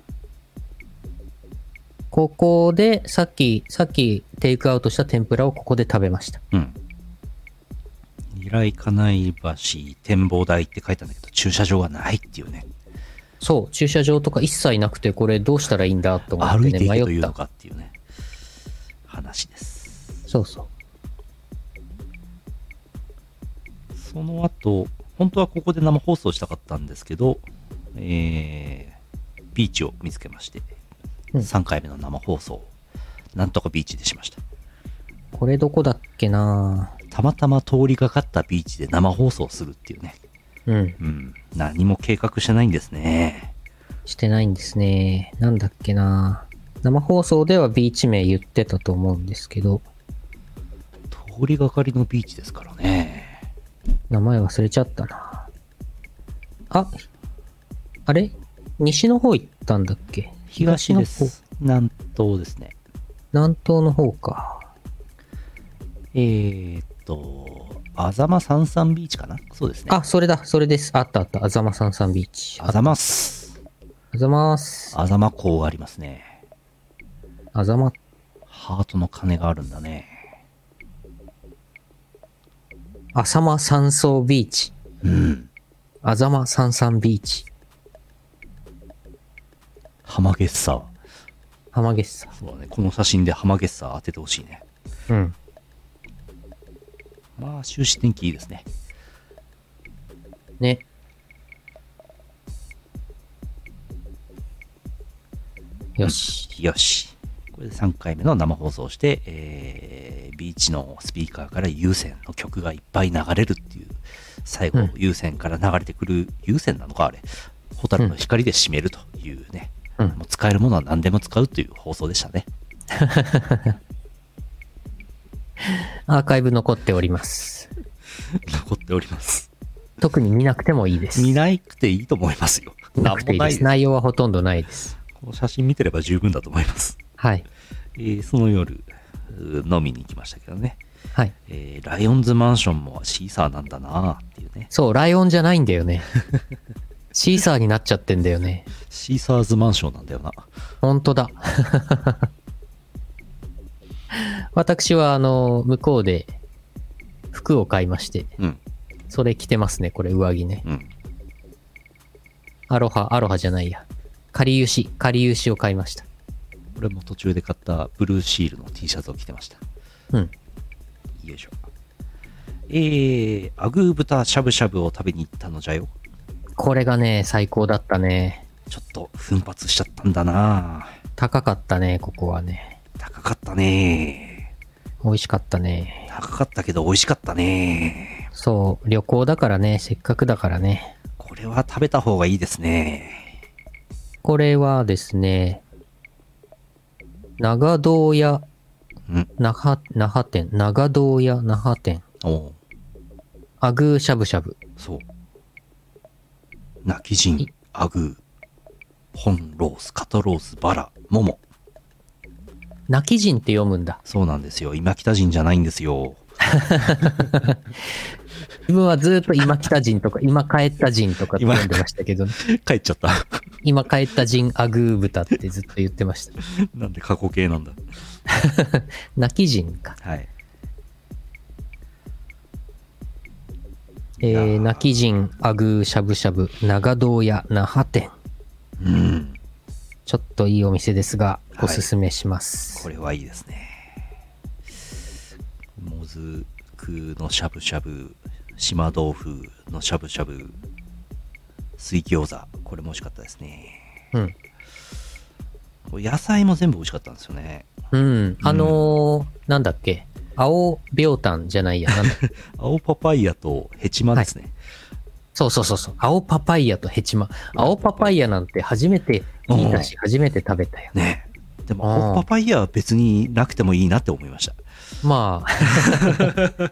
ここで、さっき、さっきテイクアウトした天ぷらをここで食べました。
うん。二来家内橋展望台って書いたんだけど、駐車場がないっていうね。
そう、駐車場とか一切なくて、これどうしたらいいんだと思っ
歩
て
いて
ね、
いけと
迷
い
っ
う
た
の。かっていうね。話です。
そうそう。
その後、本当はここで生放送したかったんですけど、えー、ビーチを見つけまして、
うん
3回目の生放送をなんとかビーチでしました。
これどこだっけな
たまたま通りがかったビーチで生放送するっていうね。
うん。
うん。何も計画してないんですね。
してないんですね。なんだっけな生放送ではビーチ名言ってたと思うんですけど、
通りがかりのビーチですからね。
名前忘れちゃったなあ、あれ西の方行ったんだっけ
東で
の方
す。南東ですね。
南東の方か。
えーっと、あざまさんさんビーチかなそうですね。
あ、それだ、それです。あったあった。あざまさんさんビーチ。あ
あざます。
ざます。
あざまこうがありますね。
あざま、
ハートの鐘があるんだね。
あさま山荘ビーチ。
うん。
あざまさんさんビーチ。
浜ゲッサー。
浜げっさ。
そうだね。この写真で浜ゲッサー当ててほしいね。
うん。
まあ、終始天気いいですね。
ね。よし。
よし。これで3回目の生放送をして、えービーチのスピーカーから有線の曲がいっぱい流れるっていう、最後、
うん
有線から流れてくる、有線なのか、あれ。ホタルの光で締めるというね。
うん
もう使えるものは何でも使うという放送でした ね。
アーカイブ残っております。
残っております。
特に見なくてもいいです。
見なくていいと思いますよ。
見なくていい
な
で
い
す。内容はほとんどないです。
この写真見てれば十分だと思います。
はい。
えーその夜、うー飲みに行きましたけどね。
はい。
えーライオンズマンションもシーサーなんだなーっていうね。
そう、ライオンじゃないんだよね。 シーサーになっちゃってんだよね。
シーサーズマンションなんだよな。
本当だ。 私は、あの、向こうで服を買いまして、
うん、
それ着てますね、これ、上着ね。
うん。
アロハ、アロハじゃないや。かりゆし、かりゆしを買いました。
俺も途中で買ったブルーシールの T シャツを着てました。
うん。
よいしょ。えー、アグー豚しゃぶしゃぶを食べに行ったのじゃよ。
これがね、最高だったね。
ちょっと奮発しちゃったんだな
高かったね、ここはね。
高かったね
美味しかったね。
高かったけど美味しかったね
そう、旅行だからね、せっかくだからね。
これは食べた方がいいですね
これはですね、長堂屋、
うん。
那覇、那覇店、長堂屋、那覇店、
おう
アグーしゃぶしゃぶ。
そう。泣き人、アグー、本ロース、肩ロース、バラ、モモ。
泣き人って読むんだ。
そうなんですよ。今北人じゃないんですよ。
自分はずーっと今来た人とか、今帰った人とかって読んでましたけど、ね、
帰っちゃった。
今帰った人アグー豚ってずっと言ってました。
なんで過去形なんだ。
泣き人か。
はい。
え
いや
ー、
ー
泣き人、アグー、しゃぶしゃぶ、長堂屋、那覇店。
うん。
ちょっといいお店ですが、
はい
おすすめします。
これはいいですね。もずくのしゃぶしゃぶ、島豆腐のしゃぶしゃぶ、水餃子。これも美味しかったですね。
うん。
これ野菜も全部美味しかったんですよね。
うん。あのー、なんだっけ。青病炭じゃないや。なんだ
青パパイヤとヘチマですね。
そうそうそうそう。青パパイヤとヘチマ。青パパイヤなんて初めて聞いたし、初めて食べたよ。
ねえでも
あー
青パパイヤは別になくてもいいなって思いました。
まあ、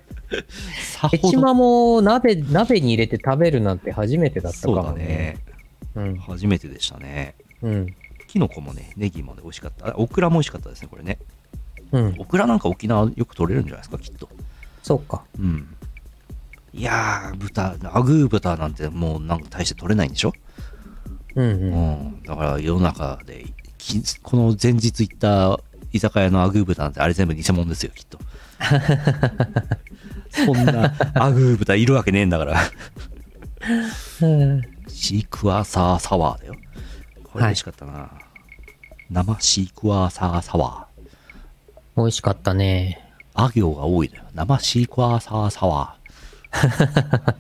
さ
ヘチマも鍋、鍋に入れて食べるなんて初めてだったか
そう
も
だね
ね。。うん。
初めてでしたね。
うん。
キノコもね、ネギもね、美味しかった。あオクラも美味しかったですね、これね。
うん。
オクラなんか沖縄よく取れるんじゃないですか、きっと。
そうか。
うん。いやー、豚、アグー豚なんてもうなんか大して取れないんでしょ
うんう。
うんん。だから世の中で、きこの前日行った居酒屋のアグー豚なんてあれ全部偽物ですよ、 きっと。そんなアグー豚いるわけねえんだから。
うん
シークワーサーサワーだよ。これ美味しかったな、生シークワーサーサワー。
美味しかったね。
あ行が多いのよ。生シークワーサーサワ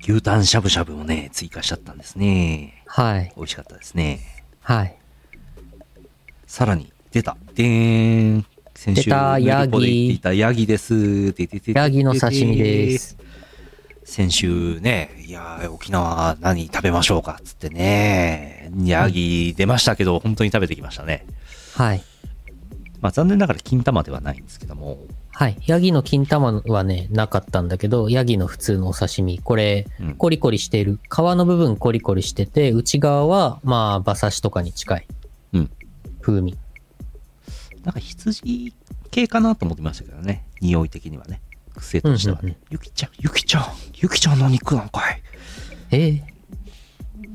ー。牛タンしゃぶしゃぶもね、追加しちゃったんですね。
はい。
美味しかったですね。
はい。
さらに、出た。でーん。先週、
出た
ヌルポで言っていたヤギです。でででで
ヤギの刺身です。
先週ね、いやー、沖縄何食べましょうかっつってね、ヤギ出ましたけど、本当に食べてきましたね。
はい。
まあ残念ながら金玉ではないんですけども、
はい。ヤギの金玉はね、なかったんだけど、ヤギの普通のお刺身。これ
うん、
コリコリしている。皮の部分コリコリしてて、内側は、まあ、馬刺しとかに近い
うん。
風味。
なんか羊系かなと思ってましたけどね。匂い的にはね癖としては
うんうんう
ね「ゆきちゃんゆきちゃんゆきちゃんの肉なんかい」
ええ
い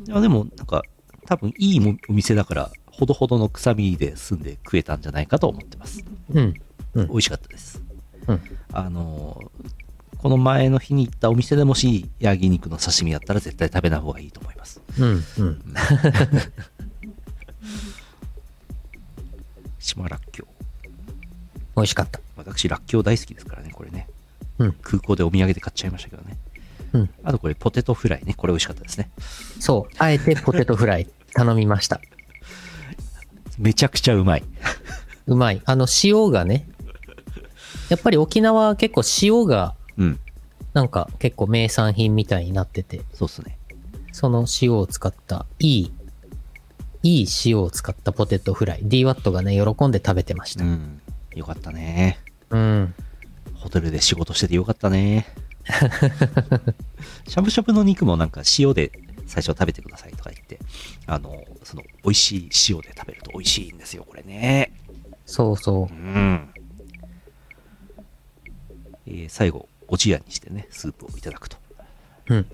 やでもなんか多分いいもお店だからほどほどの臭みで済んで食えたんじゃないかと思ってます
うん。
美味しかったです、
うん
あのーこの前の日に行ったお店でもし焼肉の刺身やったら絶対食べない方がいいと思います
うん。うん。
島らっきょう
美味しかった。
私らっきょう大好きですからねこれね
うん。
空港でお土産で買っちゃいましたけどね
うん。
あとこれポテトフライねこれ美味しかったですね
そう。あえてポテトフ ライ頼みました。
めちゃくちゃうまいう
まい。あの、塩がね。やっぱり沖縄は結構塩が、
うん
なんか結構名産品みたいになってて、
そうっすね
その塩を使った、いい、いい塩を使ったポテトフライ。DWAT がね、喜んで食べてまし
う
た。
んよかったね
うん。
ホテルで仕事しててよかった ねしゃぶしゃぶの肉もなんか塩で最初食べてくださいとか言ってあのその美味しい塩で食べると美味しいんですよこれね
そうそう
う。ん、えー最後おじやにしてねスープをいただくと
うん。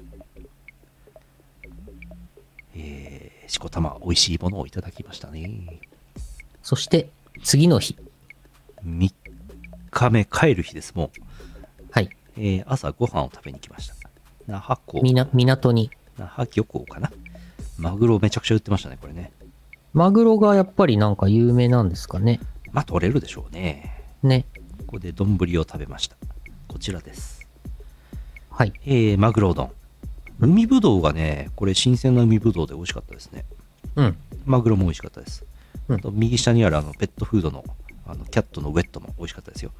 えー、しこたま美味しいものをいただきましたね
そして、次の日。
3日目帰る日ですもう、
はい。
えー朝ご飯を食べに来ました那覇港
みな、港に。
那覇漁港かなマグロめちゃくちゃ売ってましたねこれね
マグロがやっぱりなんか有名なんですかね。
まあ取れるでしょうね
ね。
ここで丼を食べましたこちらです
はい。
えー、マグロ丼海ぶどうがねこれ新鮮な海ぶどうで美味しかったですね
うん。
マグロも美味しかったです、
うん
あと右下にあるあのペットフードのあのキャットのウェットも美味しかったですよ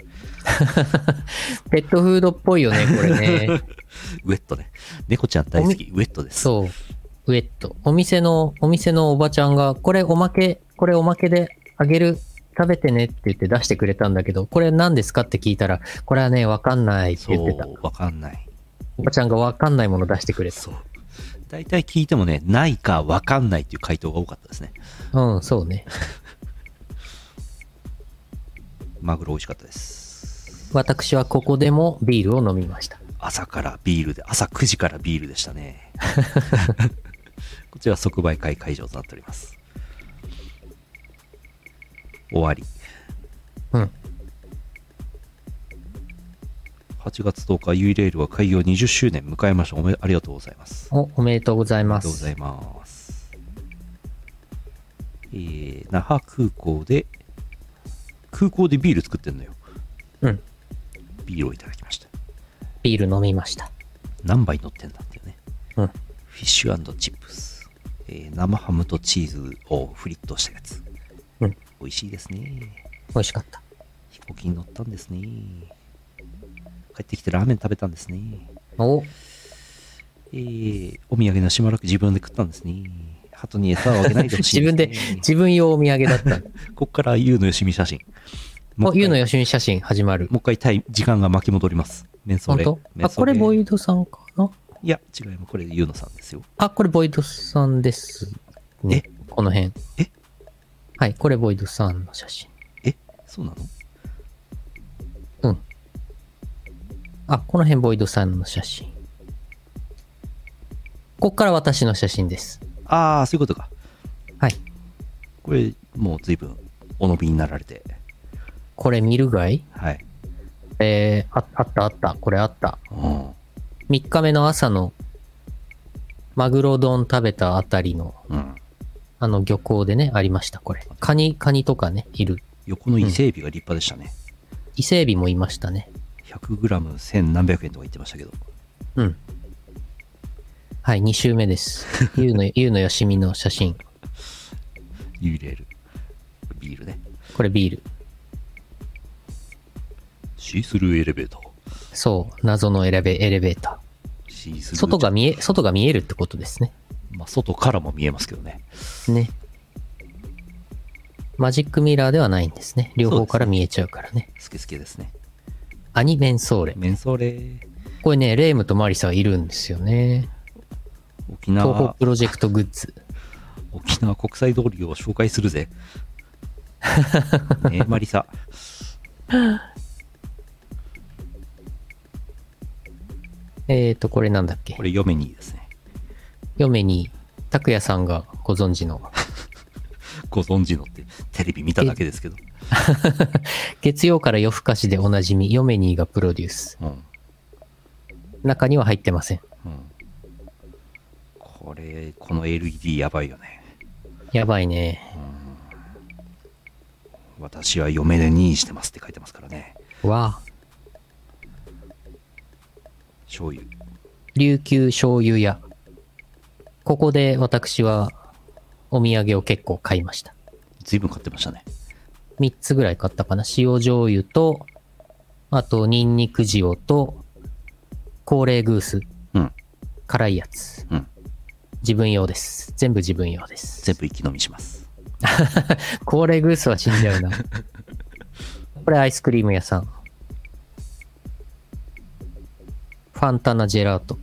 ペットフードっぽいよね、これね。
ウェットね猫ちゃん大好きウェットです
そう。ウェット。お店の、お店のおばちゃんが、これおまけ、これおまけであげる、食べてねって言って出してくれたんだけど、これ何ですかって聞いたら、これはね、わかんないって言ってた。
そうわかんない
おばちゃんがわかんないもの出してくれた。
そう大体聞いてもねないかわかんないっていう回答が多かったですね
うん、そうね。
マグロ美味しかったです
私はここでもビールを飲みました。
朝からビールで朝9時からビールでしたねこちら即売会会場となっております終わり
うん。
8月10日 U レールは開業20周年迎えましたおめありがとうございますあ
お、おめでとうござい
り
ま
がとうござ
す。
いますえー、那覇空港で空港でビール作ってんのよ
うん。
ビールをいただきました
ビール飲みました。
何杯乗ってんだっていうね
うん。
フィッシュチップス、えー生ハムとチーズをフリットしたやつ
うん。美
美味しいですね
味しかった。
飛行機に乗ったんですね帰ってきてラーメン食べたんですね
お、
えーお土産のしまらく自分で食ったんですね鳩に餌をあげないでほしい
自分で
ですね、
自分用お土産だ った。
こっから優のよしみ写真も
お、
う一
ゆうの
回
よしみ写真始まる。
もう一回タイ時間が巻き戻りますメンソ
本
ーレ
当
メ
あ、
ンソー
こ
レ
れボイドさんかない
や違いますこれ優のさんですよ
あ、これボイドさんです。ね。この辺。
え
はい、これボイドさんの写真。
えそうなの
うん。あ、この辺ボイドさんの写真。こっから私の写真です。
ああそういうことか
はい。
これもう随分お伸びになられて
これ見るがい
はい、
えー、ああったあった。これあった。
うん
3日目の朝のマグロ丼食べたあたりの、
うん、
あの漁港でね、ありました、これ。カニ、カニとかね、いる。
横の伊勢海老が立派でしたね、
伊勢海老もいましたね。
100g1000 何百円とか言ってましたけど
うん。はい、2週目です。ゆうの、 ゆうのよしみの写真。
ゆレールビールね
これビール。
シースルーエレベーター
そう、謎のエレベ、エレベータ
シース
ー。
ルー
外が見え、外が見えるってことですね。
まあ、外からも見えますけどね
ね。マジックミラーではないんですね。両
そう
方
ですね
から見えちゃうからね。
スケスケですね
アニメンソーレ。
メンソーレ
これね、レイムとマリサいるんですよね。
沖
東宝
縄
プロジェクトグッズ。
沖縄国際通りを紹介する ぜねえマリサ
えっ、と、これなんだっけ
これ嫁にですね。
嫁に、拓也さんがご存知の、
ご存知のって、テレビ見ただけですけど。
月曜から夜更かしでおなじみ、嫁にがプロデュース。
うん。
中には入ってません。
うん。これ、この LED やばいよね。
やばいね。
私は嫁でにしてますって書いてますからね。
わあ。
醤油。
琉球醤油屋。ここで私はお土産を結構買いました。
随分買ってましたね。
3つぐらい買ったかな。塩醤油と、あとニンニク塩と、高麗グース。
うん。
辛いやつ。
うん。
自分用です。全部自分用です。
全部一気飲みします。
高麗グースは死んじゃうな。 これアイスクリーム屋さん。ファンタナジェラート。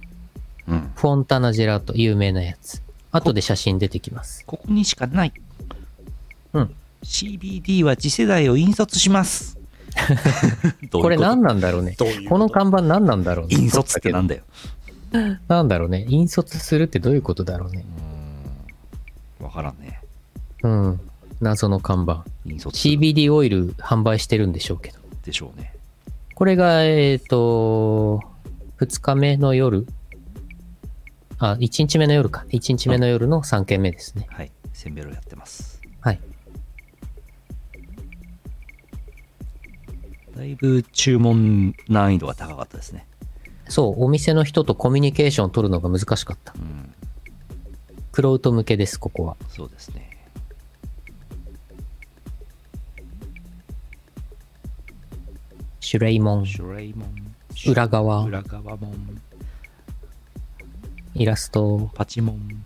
うん。
フォンタナジェラート、有名なやつ。後で写真出てきます。
ここにしかない。
うん。
CBD は次世代を引率し ます。どういうと
これ何なんだろうね。
どういう
この
と
看板何なんだろうね。
引率ってなんだよ。
なんだろうね。引率するってどういうことだろうね。
わからんね。
うん。謎の看板。
引率
CBD オイル販売してるんでしょうけど。
でしょうね。
これが、えっ、と、2日目の夜。あ、1日目の夜か。1日目の夜の3件目ですね。
はい。せんべろやってます。
はい。
だいぶ注文難易度が高かったですね。
そう、お店の人とコミュニケーションを取るのが難しかった。
うん。
クロウト向けです、ここは。
そうですね。
シュレイモン。
シュレイモン。
裏側
裏側もん。
イラスト。
パチモン。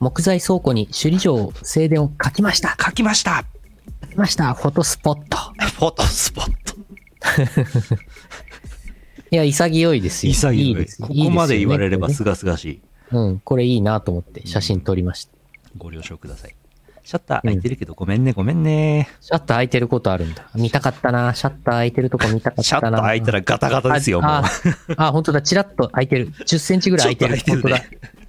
木材倉庫に首里城正殿を描きました。
書きました
描きました。フォトスポット。
フォトスポット。
いや、潔いですよ。
潔い
いです
ここまで言われれば
いいですすよね
がすがしい。
これねうん、これいいなと思って写真撮りました。
ご了承ください。シャッター開いてるけど、ごめんね、ごめんね。
シャッター開いてることあるんだ。見たかったな。シャッター開いてるとこ見たかったな。
シャッター開いたらガタガタですよ、もう。
あ、ああ、本当だ。チラッと開いてる。10センチぐらい開い
ち
てる。
ょっと開いて
本当だ。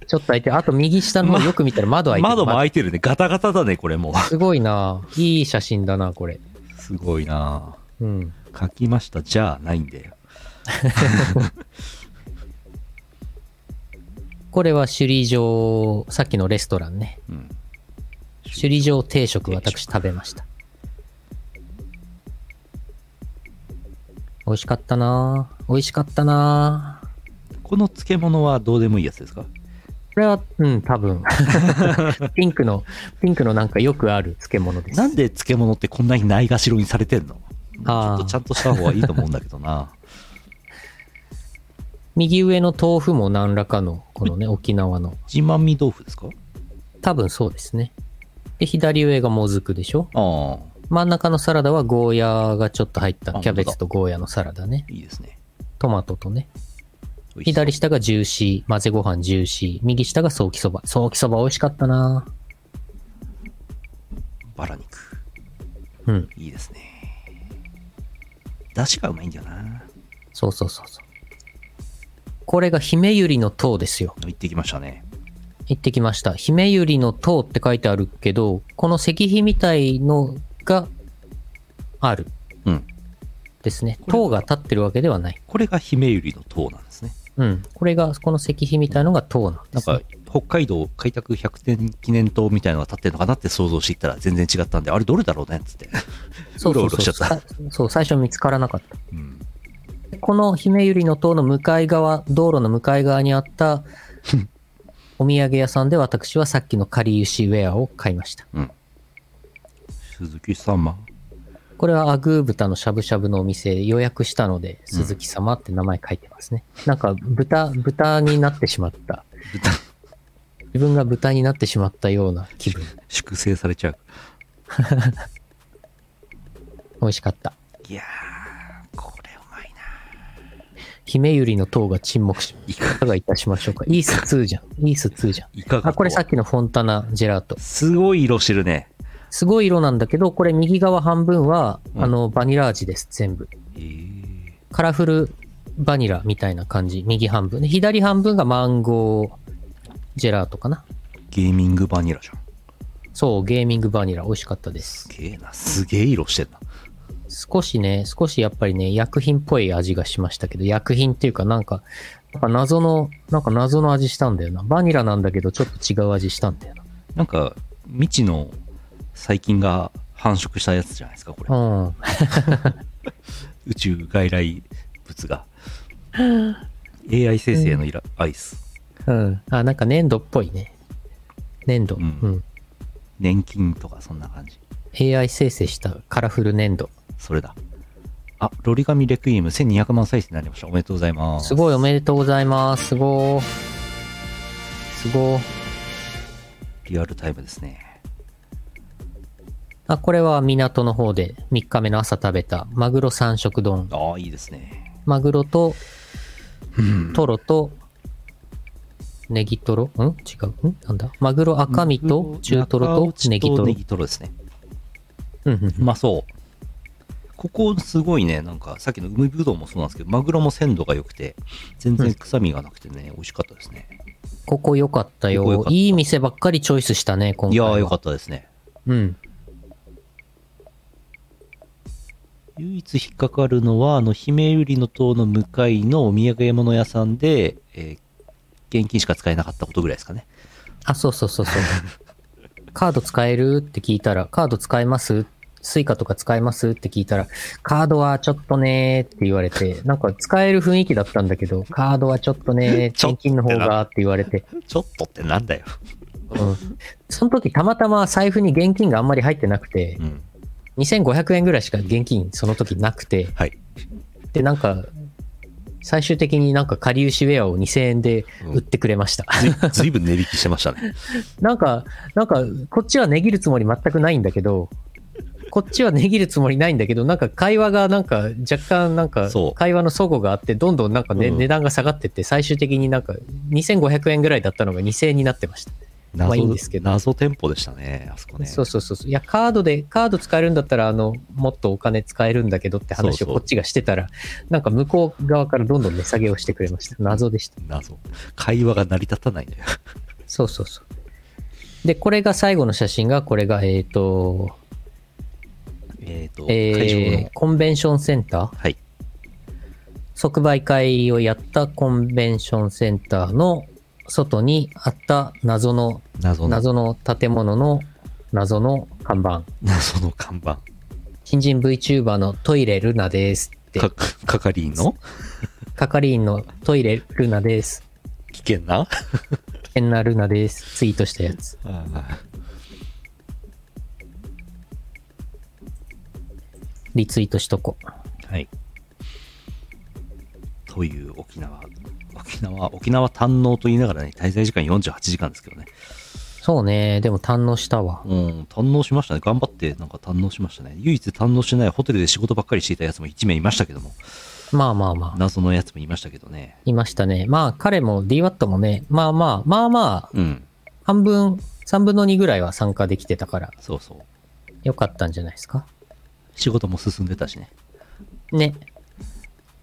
ちょっと開いてる。あと右下の方よく見たら窓開いてる。
窓も開いてるね。ガタガタだね、これも
すごいな。いい写真だな、これ。
う。すごいな
うん。
ぁ書きました、じゃあないんだよ。
これは首里城、さっきのレストランね。
うん。
首里城定食、
定食
私食べました。美味しかったなぁ美味しかったなぁ
この漬物はどうでもいいやつですか
これは、うん、多分。ピンクの、ピンクのなんかよくある漬物です。
なんで漬物ってこんなにないがしろにされてんのもうちょ
あ
っ
ー
とちゃんとした方がいいと思うんだけど な
右上の豆腐も何らかの、この ね、沖縄の。
自慢み豆腐ですか
多分そうですね。で、左上がもずくでしょ
ああ、
真ん中のサラダはゴーヤーがちょっと入った
あ
キャベツとゴーヤーのサラダね。
いいですね。
トマトとね。
美味しそう
左下がジューシー、混ぜご飯ジューシー、右下がソーキそば。ソーキそば美味しかったな
バラ肉。
うん。
いいですね。出汁がうまいんだよな。
そうそうそうそう。これが姫ゆりの塔ですよ。
行ってきましたね。
行ってきました。姫ゆりの塔って書いてあるけど、この石碑みたいのがある
うん。
ですね。
これ
塔が立ってるわけではない。
これが姫ゆりの塔なんですね。
うん。これが、この石碑みたいのが塔なんで
なん
す、ね。
か、北海道開拓100年記念塔みたいなのが立ってるのかなって想像していったら全然違ったんで、あれどれだろうねっつって。
そうそう
うろうろしちゃった
そうさそう、最初見つからなかった。
うん。
この姫ゆりの塔の向かい側、道路の向かい側にあったお土産屋さんで私はさっきのかりゆしウェアを買いました。
うん。鈴木様。
これはアグー豚のしゃぶしゃぶのお店予約したので、鈴木様って名前書いてますね。なんか豚、豚になってしまった。
豚
自分が豚になってしまったような気分。
粛清されちゃう。
美味しかった。
いやー、これうまいな。
姫ゆりの塔が沈黙し、
い
い
か
かがいたしましょうか。イース2じゃん。イース2じゃん。
いかが
あ、これさっ
と
きのフォンタナジェラート
は。すごい色してるね。
すごい色なんだけど、これ右側半分は、
うん
あの、バニラ味です、全部。
えー、
カラフルバニラみたいな感じ。右半分。で左半分がマンゴージェラートかな。
ゲーミングバニラじゃん。
そう、ゲーミングバニラ美味しかったで
す
す。
げえな。すげえ色してんな。
少しね、少しやっぱりね、薬品っぽい味がしましたけど、薬品っていうかなんか、なんか謎の、なんか謎の味したんだよな。バニラなんだけど、ちょっと違う味したんだよ
なんか、未知の細菌が繁殖したやつじゃないですか、これ。
な。うん。
宇宙外来物が。AI 生成のイラ、アイス。
うん。あ、なんか粘土っぽいね。粘土。
う
うんん。
年金とかそんな感じ。
AI 生成したカラフル粘土。
それだ。あ、ロリガミレクイエム1200万再生になりました。おめでとうございます。
すごいおめでとうございます。すごー。すごー。
リアルタイムですね。
あ、これは港の方で3日目の朝食べたマグロ三色丼。
ああ、いいですね。
マグロと、トロと、ネギトロん違う。んなんだマグロ赤身と中トロとネギトロ
ネ。ギトロですね。
うんうん
うまそう。ここすごいね、なんかさっきの海ぶどうもそうなんですけど、マグロも鮮度が良くて、全然臭みがなくてね、美味しかったですね。
ここ良かったよ
ここ良かった
いい店ばっかりチョイスしたね、今
い
回
や
は。
ー、良かったですね。
うん。
唯一引っかかるのは、あの、姫百合の塔の向かいのお土産物屋さんで、えー現金しか使えなかったことぐらいですかね。
あ、そうそうそ うそう。カード使えるって聞いたら、カード使えますスイカとか使えますって聞いたら、カードはちょっとねーって言われて、なんか使える雰囲気だったんだけど、カードはちょっとね
ちょっ
ー、
と
現金の方がって言われて、
ちょっとってなんだよ。
うん。その時たまたま財布に現金があんまり入ってなくて
う、ん。
2500円ぐらいしか現金その時なくて、
はい。
で、なんか、最終的になんか仮牛ウェアを2000円で売ってくれました。
ずずいぶん値引きしてましたね。
なんか、なんか、こっちは値切るつもり全くないんだけど、こっちは値切るつもりないんだけど、なんか会話がなんか若干なんか
そう
会話の齟齬があって、どんどんなんか、ね
うん
値段が下がってって、最終的になんか2500円ぐらいだったのが2000円になってました。
謎、
まあいいんですけど
謎店舗でしたね、あそこね。
そうそうそうそう。いや、カードで、カード使えるんだったら、あの、もっとお金使えるんだけどって話
そう
を
そう
こっちがしてたら、なんか向こう側からどんどん値下げをしてくれました。謎でした。
謎。会話が成り立た ないのよ。
そうそうそう。で、これが最後の写真が、これが、えっ、と、
えっと、
え
会場
ー
の。
コンベンションセンター
はい。
即売会をやったコンベンションセンターの外にあった謎の、
謎の、
謎の建物の謎の看板。
謎の看板。
新人 VTuber のトイレルナですって
か、、 係員 の
係員のトイレルナです。
危険な
エンナルナです。ツイートしたやつ。リツイートしとこう。
はい。という沖縄。沖縄、沖縄堪能と言いながらね、滞在時間48時間ですけどね。
そうね。でも堪能したわ。
うん、堪能しましたね。頑張って、なんか堪能しましたね。唯一堪能してないホテルで仕事ばっかりしていたやつも1名いましたけども、
まあまあまあ。
謎のやつもいましたけどね。
いましたね。まあ彼も DWAT もね、まあまあ、まあまあ、
うん、
半分、3分の2ぐらいは参加できてたから、
そうそう。
よかったんじゃないですか。
仕事も進んでたしね。
ね。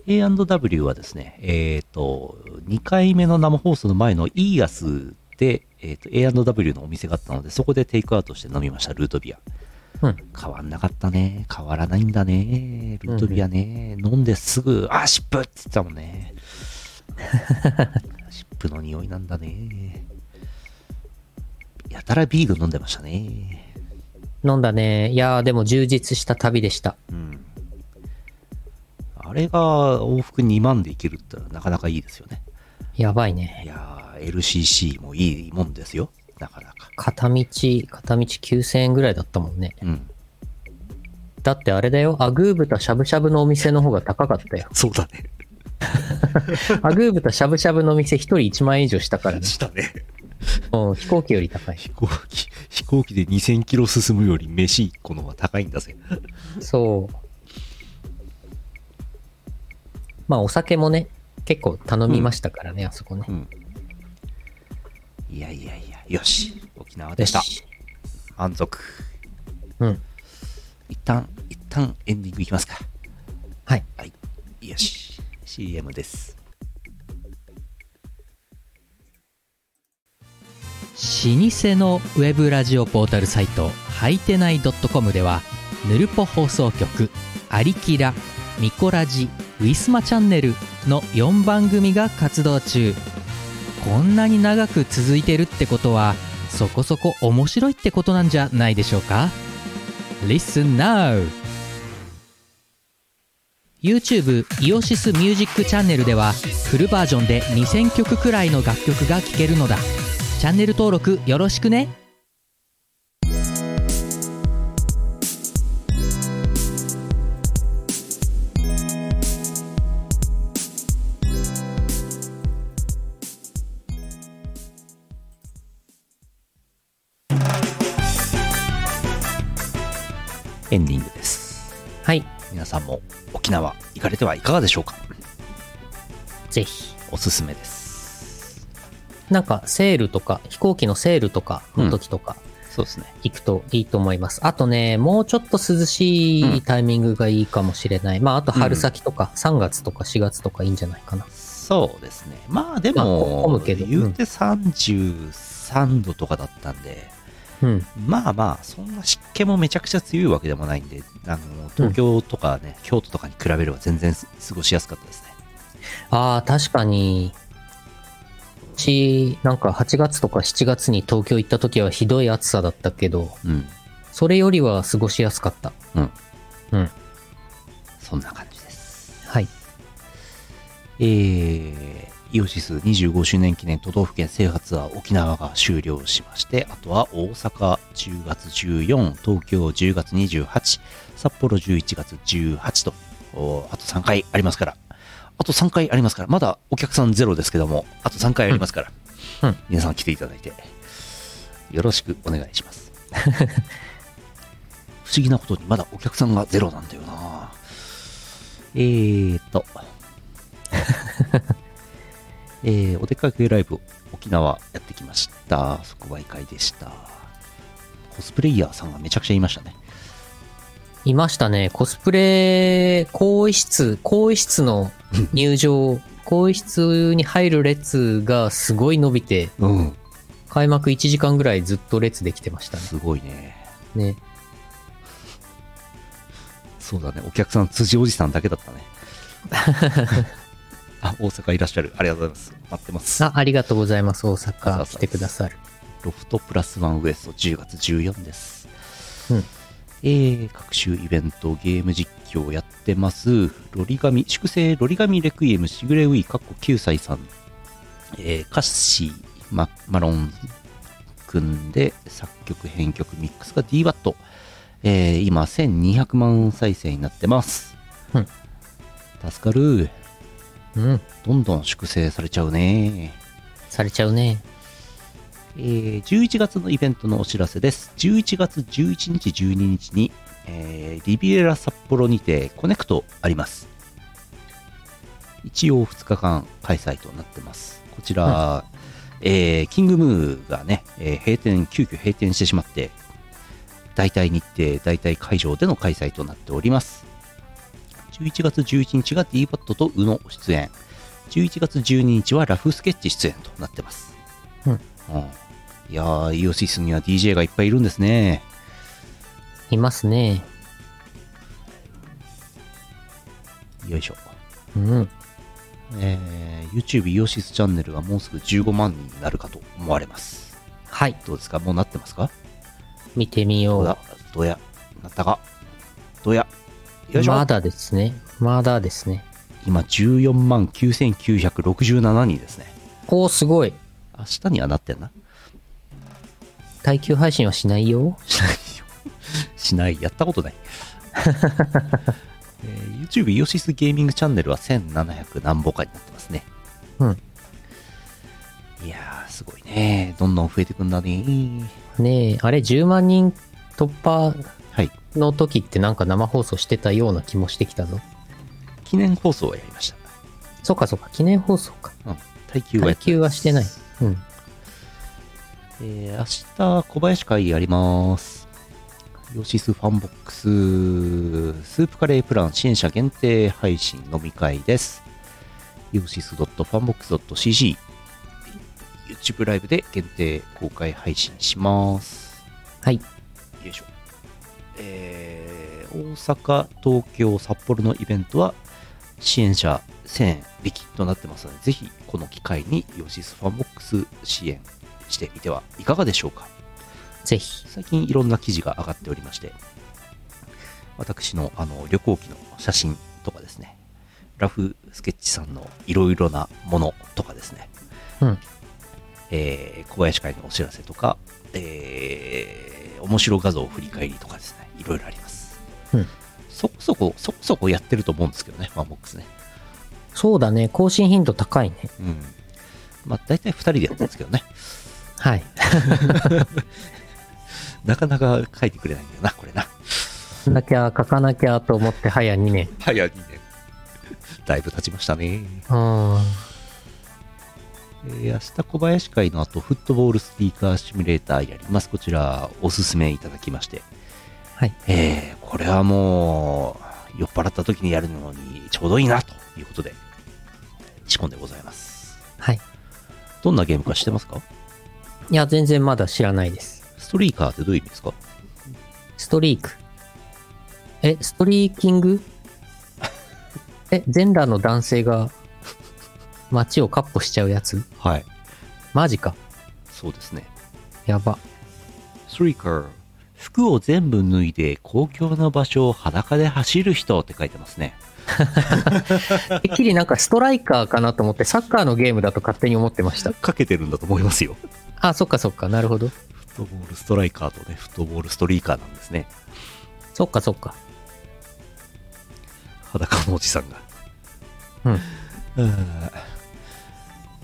A&W はですね、えっ、と、2回目の生放送の前のイーアスで、えー、と A&W のお店があったので、そこでテイクアウトして飲みました、ルートビア。
うん。
変わんなかったね。変わらないんだね。ルートビアね。飲んですぐ、あ、シップって言ってたもんね。 シップの匂いなんだね。やたらビール飲んでましたね。
飲んだね。いやー、でも充実した旅でした。
うん。あれが往復2万でいけるってのはなかなかいいですよね。
やばいね。
いやー、LCC もいいもんですよ。なかなか。
片道、片道9000円ぐらいだったもんね。
うん。。
だってあれだよ。アグー豚しゃぶしゃぶのお店の方が高かったよ
そうだね。
アグー豚しゃぶしゃぶのお店1人1万円以上した からね。
したね。
うん、飛行機より高い。
飛行機、飛行機で2000キロ進むより飯1個の方が高いんだぜ。
そう。まあお酒もね、結構頼みましたからね、あそこね
う。ん。いやいやいや、よし。沖縄でした。満足。
うん。
一旦、一旦エンディングいきますか。
はい。
はい。よし。 CM です
老舗のウェブラジオポータルサイトはいてない .com ではぬるぽ放送局「アリキラ」「ミコラジ」「ウィスマチャンネル」の4番組が活動中こんなに長く続いてるってことはそこそこ面白いってことなんじゃないでしょうか Listen now! YouTube イオシスミュージックチャンネルではフルバージョンで2000曲くらいの楽曲が聴けるのだチャンネル登録よろしくね
エンディングです
はい
皆さんも沖縄行かれてはいかがでしょうか
ぜひ
おすすめです
なんかセールとか飛行機のセールとかの時とか
そうですね
行くといいと思います、あとねもうちょっと涼しいタイミングがいいかもしれない、まああと春先とか3月とか4月とかいいんじゃないかな
そうですねまあで
まあ混
も、
むけどうん
言うて33度とかだったんで、
うん
まあまあそんな湿気もめちゃくちゃ強いわけでもないんであの東京とかね、京都とかに比べれば全然す過ごしやすかったですね
ああ確かにうちなんか8月とか7月に東京行った時はひどい暑さだったけど
うん
それよりは過ごしやすかった
うん
うん
そんな感じです
はい
えー、イオシス25周年記念都道府県制覇ツアー沖縄が終了しまして、あとは大阪10月14、東京10月28、札幌11月18と、おーあと3回ありますから、あと3回ありますから、まだお客さんゼロですけども、あと3回ありますから、
うんうん
皆さん来ていただいて、よろしくお願いします。 不思議なことにまだお客さんがゼロなんだよなえーと、えーお出かけライブ沖縄やってきましたそこは異界でしたコスプレイヤーさんがめちゃくちゃいましたね
いましたね。コスプレ、更衣室、更衣室の入 場、更衣室に入る列がすごい伸びて、
うん
開幕1時間ぐらいずっと列できてましたね。
すごいね
ね
そうだねお客さん辻おじさんだけだったね あ大阪いらっしゃるありがとうございます待ってます
あ、ありがとうございます。大
そう
阪
そう
来てくださる。
ロフトプラスワンウエスト10月14です、
うん
えー各種イベントゲーム実況やってますロリガミ粛清ロリガミレクイエムしぐれウィかっこ9歳さん、えーカッシーママロンくんで作曲編曲ミックスが DWAT、えー今1200万再生になってます、
うん
助かる
うん。
どんどん粛清されちゃうね
されちゃうね。
えー11月のイベントのお知らせです。11月11日、12日に、えーリビエラ札幌にてコネクトあります。一応2日間開催となってます。こちら、えーキングムーがね、えー閉店、急遽閉店してしまって、代替日程、代替会場での開催となっております。11月11日が d バットと宇野出演。11月12日はラフスケッチ出演となってます。うん、いやー、イオシスには DJ がいっぱいいるんですね。
いますね。
よいしょ。
うん。
えー、YouTube イオシスチャンネルがもうすぐ15万人になるかと思われます。
はい。
どうですかもうなってますか
見てみ
ど
よ
う
う
だ。どうやなったかどうやよいしょ、
まだですね。まだですね。
今14万9967人ですね。
おー、すごい。
明日にはな ってんな
耐久配信はしないよ。
しないよ。しない。やったことない。 えー YouTube イオシスゲーミングチャンネルは1700何本かになってますね。
うん。
いやー、すごいね。どんどん増えてくんだね。
ねえ、あれ10万人突破
はい。
の時ってなんか生放送してたような気もしてきたぞ。
記念放送はやりました。
そうかそうか、記念放送か。
うん。耐久はや
耐
って
久
ま
は
す
してない。。うん。
えー明日、小林会やります。ヨシスファンボックス、スープカレープラン支援者限定配信飲み会です。 yosis.fanbox.cg、YouTube ライブで限定公開配信します。
はい。
よいしょ。えー大阪、東京、札幌のイベントは支援者1000円引きとなってますので、ぜひこの機会にヨシスファンボックス支援してみてはいかがでしょうか。
ぜひ。
最近いろんな記事が上がっておりまして、私のあの旅行記の写真とかですね、ラフスケッチさんのいろいろなものとかですね、
うん
えー小林会のお知らせとか、えー面白画像振り返りとかですね、いろいろあります。
うん
そこそこ、そこそこやってると思うんですけどね、ワンボックスね。
そうだね。更新頻度高いね。
うん。まあ、大体2人でやってるんですけどね、
はい。
なかなか書いてくれないんだよな、これな。
書かなきゃ、書かなきゃと思って、早2年。
早2年。だいぶ経ちましたね。
うん。
えー明日小林会の後、フットボールスピーカーシミュレーターやります。こちら、おすすめいただきまして。
はい。
えーこれはもう、酔っ払った時にやるのにちょうどいいな、ということで、仕込んでございます。
はい。
どんなゲームか知ってますか
いや、全然まだ知らないです。
ストリーカーってどういう意味ですか
ストリーク。え、ストリーキングえ、全裸の男性が街をカッポしちゃうやつ
はい。
マジか。
そうですね。
やば。
ストリーカー。服を全部脱いで公共の場所を裸で走る人って書いてますね。
てっきりなんかストライカーかなと思って、サッカーのゲームだと勝手に思ってました。
かけてるんだと思いますよ。
あ、そっかそっか。なるほど。
フットボールストライカーとね、フットボールストリーカーなんですね。
そっかそっか。
裸のおじさんが。
うん。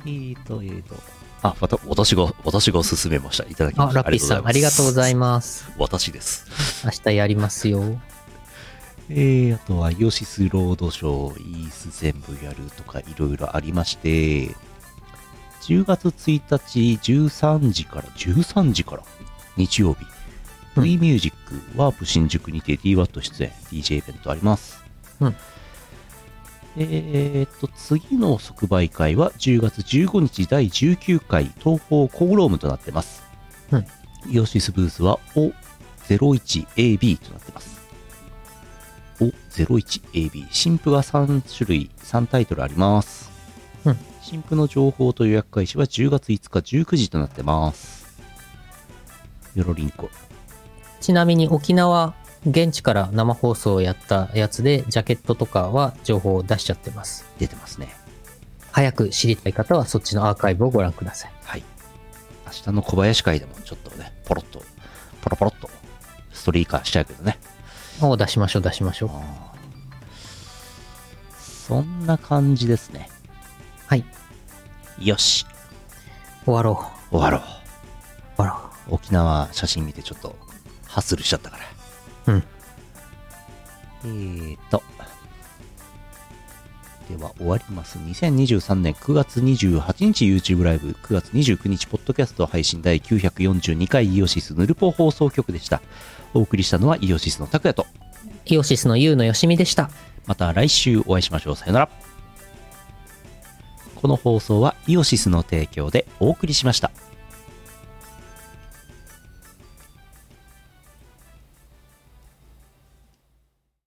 えーと、えーと。あ、また、私が、私が勧めました。いただきま
あ、
した。
ラッピーさん、ありがとうございます。
す。私です。
明日やりますよ。
えー、あとは、ヨシスロードショー、イース全部やるとか、いろいろありまして、10月1日13時から、13時から、日曜日、
うん
V ミュージック、ワープ新宿にて DWAT 出演、DJ イベントあります。
うん。
えーっと、次の即売会は10月15日第19回東方コーロームとなってます。
うん。
イオシスブースは O01AB となってます。O01AB。新譜が3種類、3タイトルあります。
うん。
新譜の情報と予約開始は10月5日19時となってます。よろりんこ。
ちなみに沖縄、現地から生放送をやったやつで、ジャケットとかは情報を出しちゃってます。
出てますね。
早く知りたい方はそっちのアーカイブをご覧ください。
はい。明日の小林会でもちょっとね、ポロッと、ポロポロっと、ストリーカーしちゃうけどね。
お出しましょう、出しましょう。
そんな感じですね。
はい。
よし、
終わろ
終わろ
う。終わ
う。沖縄写真見てちょっと、ハッスルしちゃったから。
ろう。うん。
えーと。では終わります。2023年9月28日 YouTube ライブ、9月29日ポッドキャスト配信第942回イオシスヌルポ放送局でした。お送りしたのはイオシスの拓也と、
イオシスのユウのよしみでした。
また来週お会いしましょう。さよなら。この放送はイオシスの提供でお送りしました。